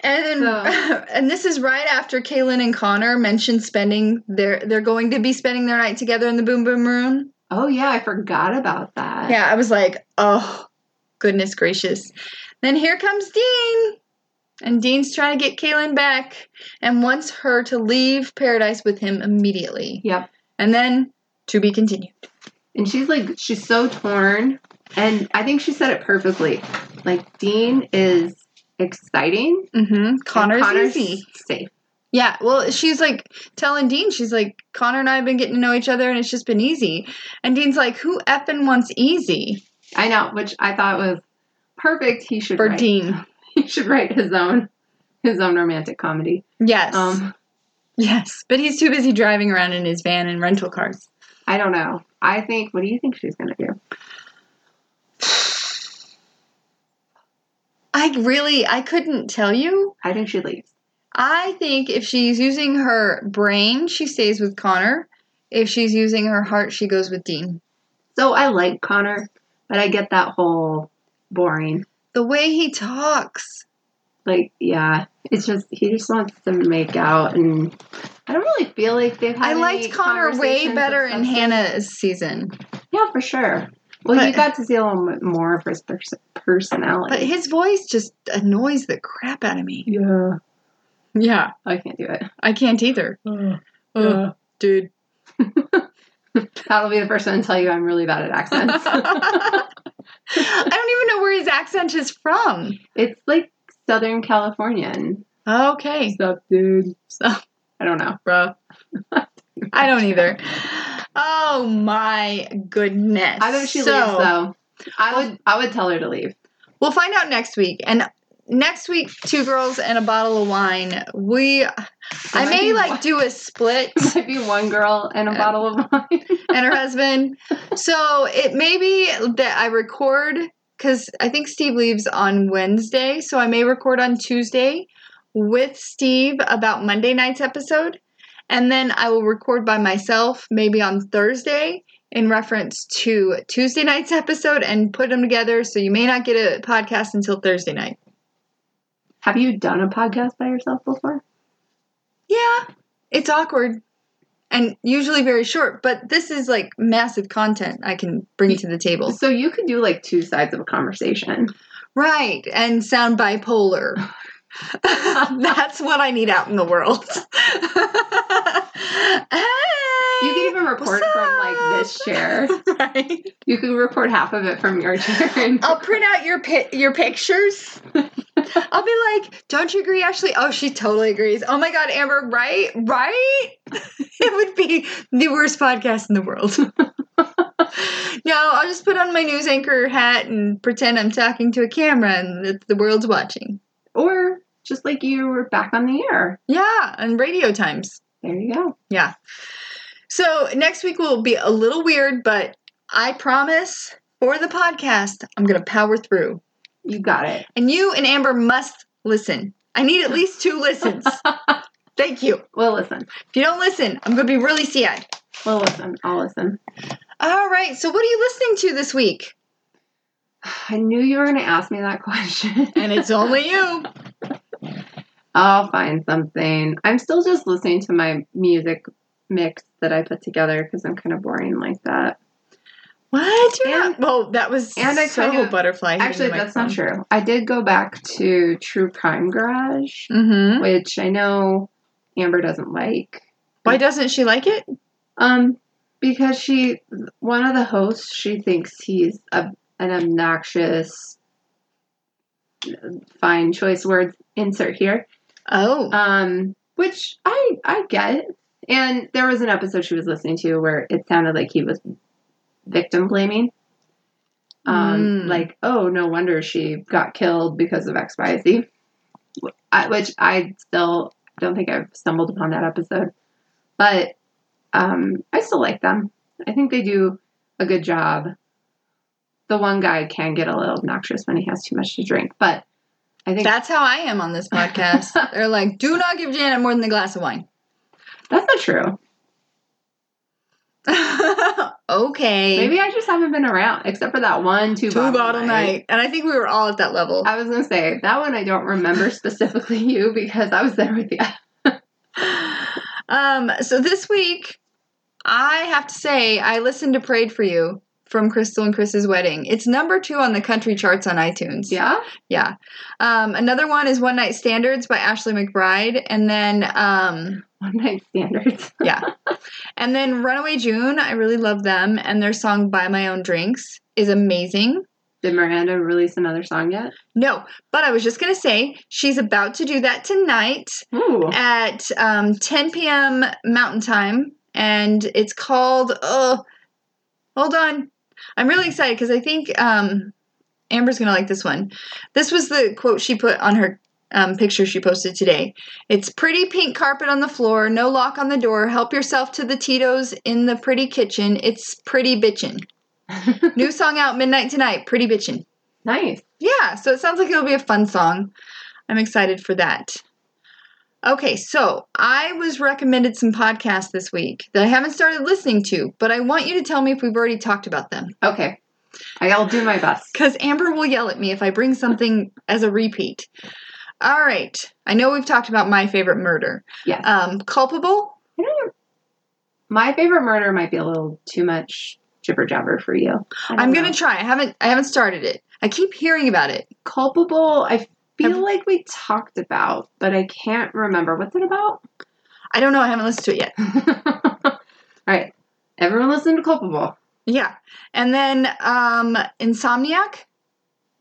[SPEAKER 1] And then,
[SPEAKER 2] So-
[SPEAKER 1] (laughs) and this is right after Kaylin and Connor mentioned spending their they're going to be spending their night together in the Boom Boom Room.
[SPEAKER 2] Oh yeah, I forgot about that.
[SPEAKER 1] Yeah, I was like, oh, goodness gracious. Then here comes Dean. And Dean's trying to get Kaylin back and wants her to leave paradise with him immediately.
[SPEAKER 2] Yep.
[SPEAKER 1] And then to be continued.
[SPEAKER 2] And she's like, she's so torn. And I think she said it perfectly. Like, Dean is exciting.
[SPEAKER 1] Mm-hmm. Connor's,
[SPEAKER 2] and Connor's
[SPEAKER 1] easy.
[SPEAKER 2] safe.
[SPEAKER 1] Yeah, well, she's like telling Dean, she's like, Connor and I have been getting to know each other and it's just been easy. And Dean's like, who effing wants easy
[SPEAKER 2] I know, which I thought was perfect. He should
[SPEAKER 1] for
[SPEAKER 2] write.
[SPEAKER 1] Dean?
[SPEAKER 2] (laughs) He should write his own his own romantic comedy.
[SPEAKER 1] Yes.
[SPEAKER 2] Um,
[SPEAKER 1] yes. But he's too busy driving around in his van and rental cars.
[SPEAKER 2] I don't know. I think what do you think she's gonna do?
[SPEAKER 1] I really, I couldn't tell you.
[SPEAKER 2] I think she leaves.
[SPEAKER 1] I think if she's using her brain, she stays with Connor. If she's using her heart, she goes with Dean.
[SPEAKER 2] So I like Connor, but I get that whole boring.
[SPEAKER 1] The way he talks.
[SPEAKER 2] Like, yeah. It's just he just wants to make out and I don't really feel like they've had
[SPEAKER 1] I
[SPEAKER 2] any
[SPEAKER 1] liked Connor way
[SPEAKER 2] conversations
[SPEAKER 1] better
[SPEAKER 2] of
[SPEAKER 1] in
[SPEAKER 2] substance.
[SPEAKER 1] Hannah's season.
[SPEAKER 2] Yeah, for sure. Well,
[SPEAKER 1] But-
[SPEAKER 2] you got to see a little bit more of his pers-
[SPEAKER 1] But
[SPEAKER 2] personality.
[SPEAKER 1] his voice just annoys the crap out of me.
[SPEAKER 2] yeah,
[SPEAKER 1] Yeah,
[SPEAKER 2] Oh, I can't do it.
[SPEAKER 1] I can't either.
[SPEAKER 2] Uh,
[SPEAKER 1] Oh,
[SPEAKER 2] Ugh.
[SPEAKER 1] (laughs) dude.
[SPEAKER 2] That'll be the first one to tell you I'm really bad at accents.
[SPEAKER 1] (laughs) I don't even know where his accent is from.
[SPEAKER 2] it's like Southern Californian.
[SPEAKER 1] Okay.
[SPEAKER 2] Sup, dude?
[SPEAKER 1] Sup.
[SPEAKER 2] I don't know. (laughs)
[SPEAKER 1] Bro. I don't either. Oh my goodness.
[SPEAKER 2] I bet she
[SPEAKER 1] So-
[SPEAKER 2] leaves though. I would. I would tell her to leave.
[SPEAKER 1] We'll find out next week. And next week, two girls and a bottle of wine. We I
[SPEAKER 2] might
[SPEAKER 1] may
[SPEAKER 2] be
[SPEAKER 1] like
[SPEAKER 2] one-
[SPEAKER 1] do a split
[SPEAKER 2] (laughs) Might be one girl and a
[SPEAKER 1] Yeah.
[SPEAKER 2] bottle of wine. (laughs)
[SPEAKER 1] and her husband. So it may be that I record because I think Steve leaves on Wednesday. So I may record on Tuesday with Steve about Monday night's episode. And then I will record by myself maybe on Thursday in reference to Tuesday night's episode and put them together. So you may not get a podcast until Thursday night.
[SPEAKER 2] Have you done a podcast by yourself before?
[SPEAKER 1] Yeah, it's awkward and usually very short, but this is like massive content I can bring to the table.
[SPEAKER 2] So you could do like two sides of a conversation.
[SPEAKER 1] Right, and sound bipolar.
[SPEAKER 2] (laughs)
[SPEAKER 1] That's what I need out in the world.
[SPEAKER 2] You could even record from like this
[SPEAKER 1] (laughs)
[SPEAKER 2] chair.
[SPEAKER 1] Right.
[SPEAKER 2] You could record half of it from your chair. (laughs) And
[SPEAKER 1] I'll print out your pi- your
[SPEAKER 2] (laughs)
[SPEAKER 1] pictures. I'll be like, "Don't you agree, Ashley?" Oh, she totally agrees. Oh my god, Amber, right? Right? (laughs) it would be the worst podcast in the
[SPEAKER 2] (laughs)
[SPEAKER 1] world. no, I'll just put on my news anchor hat and pretend I'm talking to a camera and that the world's watching.
[SPEAKER 2] or just like you were back on the air.
[SPEAKER 1] Yeah, and radio times.
[SPEAKER 2] There you go.
[SPEAKER 1] Yeah. So next week will be a little weird, but I promise for the podcast, I'm going to power through.
[SPEAKER 2] You got it.
[SPEAKER 1] And you and Amber must listen. I need at least two
[SPEAKER 2] (laughs)
[SPEAKER 1] listens. Thank you.
[SPEAKER 2] We'll listen.
[SPEAKER 1] If you don't listen, I'm going to be really sad.
[SPEAKER 2] We'll listen. I'll listen. (sighs)
[SPEAKER 1] All right. So, what are you listening to this week?
[SPEAKER 2] I knew you were going to ask me that (laughs) question.
[SPEAKER 1] And it's only
[SPEAKER 2] (laughs)
[SPEAKER 1] you.
[SPEAKER 2] I'll find something. I'm still just listening to my music mix that I put together because I'm kind of boring like that.
[SPEAKER 1] What? You're
[SPEAKER 2] And-
[SPEAKER 1] not- well, that was
[SPEAKER 2] and I
[SPEAKER 1] so
[SPEAKER 2] kind of-
[SPEAKER 1] butterfly. hitting
[SPEAKER 2] Actually,
[SPEAKER 1] the
[SPEAKER 2] that's not true. I did go back to True Crime Garage,
[SPEAKER 1] Mm-hmm.
[SPEAKER 2] which I know Amber doesn't like.
[SPEAKER 1] Why doesn't she like it?
[SPEAKER 2] Um, because she, one of the hosts, she thinks he's a, an obnoxious. Fine choice words insert here.
[SPEAKER 1] Oh,
[SPEAKER 2] Um, which I I get. And there was an episode she was listening to where it sounded like he was victim blaming. Um,
[SPEAKER 1] Mm.
[SPEAKER 2] like, oh, no wonder she got killed because of X, Y, Z. Wh- I- Which I still don't think I've stumbled upon that episode, but um, I still like them. I think they do a good job. The one guy can get a little obnoxious when he has too much to drink, but I think
[SPEAKER 1] that's how I am on this
[SPEAKER 2] (laughs)
[SPEAKER 1] podcast. They're like, do not give Janet more than a glass of wine. (laughs)
[SPEAKER 2] that's not true.
[SPEAKER 1] okay.
[SPEAKER 2] Maybe I just haven't been around, except for that one two,
[SPEAKER 1] two bottle, night. And I think we were all at that level.
[SPEAKER 2] I was gonna say that one I don't remember (laughs) specifically you because I was there with you.
[SPEAKER 1] (sighs) um, so this week, I have to say, I listened to Prayed for You from Crystal and Chris's wedding. It's number two on the country charts on iTunes.
[SPEAKER 2] (laughs) Yeah,
[SPEAKER 1] Yeah. Um, another one is One Night Standards by Ashley McBride. And then um,
[SPEAKER 2] one night standards.
[SPEAKER 1] and then Runaway June, I really love them. And their song Buy My Own Drinks is amazing.
[SPEAKER 2] Did Miranda release another song yet?
[SPEAKER 1] No, but I was just going to say, she's about to do that tonight.
[SPEAKER 2] Ooh,
[SPEAKER 1] at um, 10 p.m. Mountain Time, and it's called. Oh, hold on! I'm really excited because I think um, Amber's gonna like this one. This was the quote she put on her um, picture she posted today. It's pretty pink carpet on the floor, no lock on the door. Help yourself to the Tito's in the pretty kitchen. It's pretty bitchin'. New song out midnight tonight. Pretty bitchin'.
[SPEAKER 2] nice.
[SPEAKER 1] Yeah, so it sounds like it'll be a fun song. I'm excited for that. Okay, so I was recommended some podcasts this week that I haven't started listening to, but I want you to tell me if we've already talked about them.
[SPEAKER 2] Okay, I'll do my best.
[SPEAKER 1] Because Amber will yell at me if I bring something as a repeat. All right, I know we've talked about my favorite murder.
[SPEAKER 2] Yes.
[SPEAKER 1] Um, culpable?
[SPEAKER 2] My favorite murder might be a little too much jibber jabber for you. I don't
[SPEAKER 1] I'm gonna
[SPEAKER 2] know.
[SPEAKER 1] try. I haven't. I haven't started it. I keep hearing about it.
[SPEAKER 2] culpable. I feel
[SPEAKER 1] Have-
[SPEAKER 2] like we talked about, but I can't remember what's it about. (laughs)
[SPEAKER 1] I don't know. I haven't listened to it yet.
[SPEAKER 2] All right, everyone listen to culpable.
[SPEAKER 1] Yeah. And then um, Insomniac.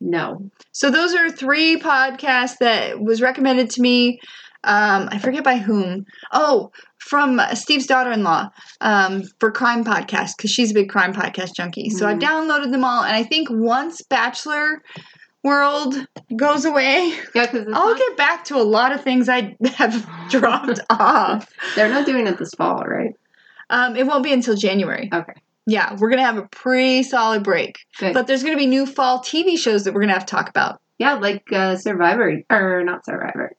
[SPEAKER 2] No,
[SPEAKER 1] So those are three podcasts that was recommended to me. Um, I forget by whom. Oh, from Steve's daughter-in-law um, for crime podcast because she's a big crime podcast junkie. So
[SPEAKER 2] Mhm.
[SPEAKER 1] I've downloaded them all, and I think once Bachelor World goes away,
[SPEAKER 2] Yeah, because
[SPEAKER 1] I'll get back to a lot of things I (laughs) have dropped off.
[SPEAKER 2] they're not doing it this fall, right?
[SPEAKER 1] Um, it won't be until January.
[SPEAKER 2] Okay.
[SPEAKER 1] Yeah, we're gonna have a pretty solid break,
[SPEAKER 2] Good.
[SPEAKER 1] but there's gonna be new fall TV shows that we're gonna have to talk about.
[SPEAKER 2] yeah, like uh, Survivor or not Survivor,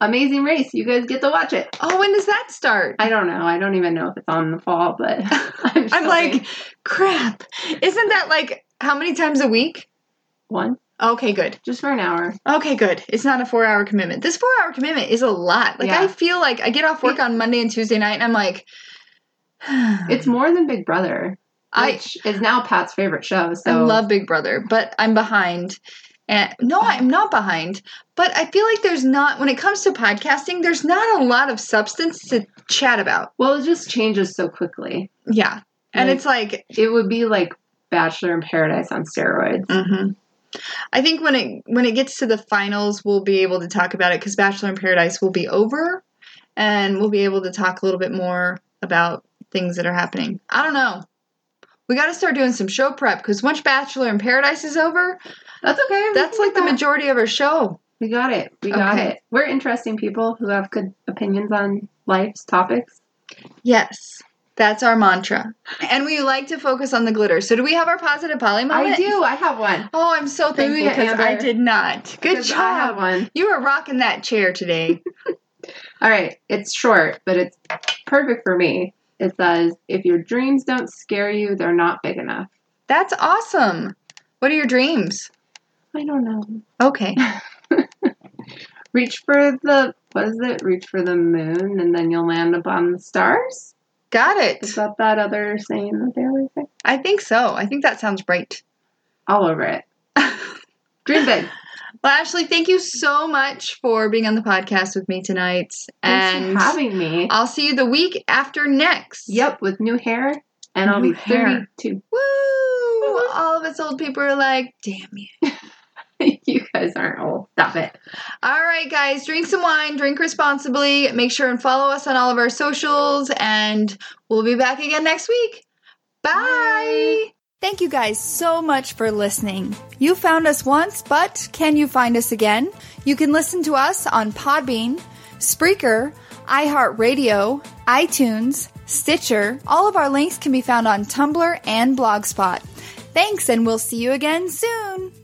[SPEAKER 2] Amazing Race. You guys get to watch it.
[SPEAKER 1] Oh, when does that start?
[SPEAKER 2] I don't know. I don't even know if it's on the fall, but (laughs) I'm,
[SPEAKER 1] (laughs) I'm
[SPEAKER 2] hoping.
[SPEAKER 1] like, crap. Isn't that like how many times a week?
[SPEAKER 2] one
[SPEAKER 1] Okay, good.
[SPEAKER 2] just for an hour.
[SPEAKER 1] Okay, good. It's not a four hour commitment. This four hour commitment is a lot. Like,
[SPEAKER 2] Yeah.
[SPEAKER 1] I feel like I get off work on Monday and Tuesday night and I'm like, (sighs)
[SPEAKER 2] It's more than Big Brother,
[SPEAKER 1] I,
[SPEAKER 2] which is now Pat's favorite show. So
[SPEAKER 1] I love Big Brother, but I'm behind. And no, I'm not behind. But I feel like there's not, when it comes to podcasting, there's not a lot of substance to chat about.
[SPEAKER 2] Well, it just changes so quickly.
[SPEAKER 1] Yeah. And
[SPEAKER 2] Like-
[SPEAKER 1] it's like,
[SPEAKER 2] It would be like Bachelor in Paradise on steroids.
[SPEAKER 1] hmm I think when it when it gets to the finals, we'll be able to talk about it because Bachelor in Paradise will be over, and we'll be able to talk a little bit more about things that are happening. I don't know. We got to start doing some show prep because once Bachelor in Paradise is over,
[SPEAKER 2] That's okay. we
[SPEAKER 1] that's
[SPEAKER 2] can
[SPEAKER 1] like the
[SPEAKER 2] go.
[SPEAKER 1] majority of our show.
[SPEAKER 2] We got it. We got
[SPEAKER 1] Okay.
[SPEAKER 2] it. We're interesting people who have good opinions on life's topics.
[SPEAKER 1] Yes, that's our mantra, and we like to focus on the glitter. So, do we have our positive poly moment?
[SPEAKER 2] I do. I have one.
[SPEAKER 1] Oh, I'm so thankful
[SPEAKER 2] yeah,
[SPEAKER 1] because I
[SPEAKER 2] Amber.
[SPEAKER 1] did not. Good
[SPEAKER 2] 'Cause I have
[SPEAKER 1] job.
[SPEAKER 2] one.
[SPEAKER 1] You were rocking that chair today.
[SPEAKER 2] All right. It's short, but it's perfect for me. It says, if your dreams don't scare you, they're not big enough.
[SPEAKER 1] That's awesome. What are your dreams?
[SPEAKER 2] I don't know. (laughs)
[SPEAKER 1] Okay.
[SPEAKER 2] Reach for the, what is it? Reach for the moon and then you'll land upon the stars?
[SPEAKER 1] Got
[SPEAKER 2] Is
[SPEAKER 1] it.
[SPEAKER 2] that that other saying that they always say?
[SPEAKER 1] I think so. I think that sounds right.
[SPEAKER 2] All
[SPEAKER 1] (laughs)
[SPEAKER 2] over it. Dream big.
[SPEAKER 1] Well, Ashley, thank you so much for being on the podcast with me tonight.
[SPEAKER 2] Thanks
[SPEAKER 1] and
[SPEAKER 2] for having me.
[SPEAKER 1] I'll see you the week after next.
[SPEAKER 2] Yep, with new hair, and I'll
[SPEAKER 1] New
[SPEAKER 2] be
[SPEAKER 1] hair.
[SPEAKER 2] 32.
[SPEAKER 1] Woo!
[SPEAKER 2] Uh-huh.
[SPEAKER 1] All of us old people are like, damn you.
[SPEAKER 2] (laughs) you guys aren't old. Stop it.
[SPEAKER 1] All right, guys, drink some wine, drink responsibly. Make sure and follow us on all of our socials, and we'll be back again next week. Bye. Thank you guys so much for listening. You found us once, but can you find us again? You can listen to us on Podbean, Spreaker, iHeartRadio, iTunes, Stitcher. All of our links can be found on Tumblr and Blogspot. Thanks, and we'll see you again soon.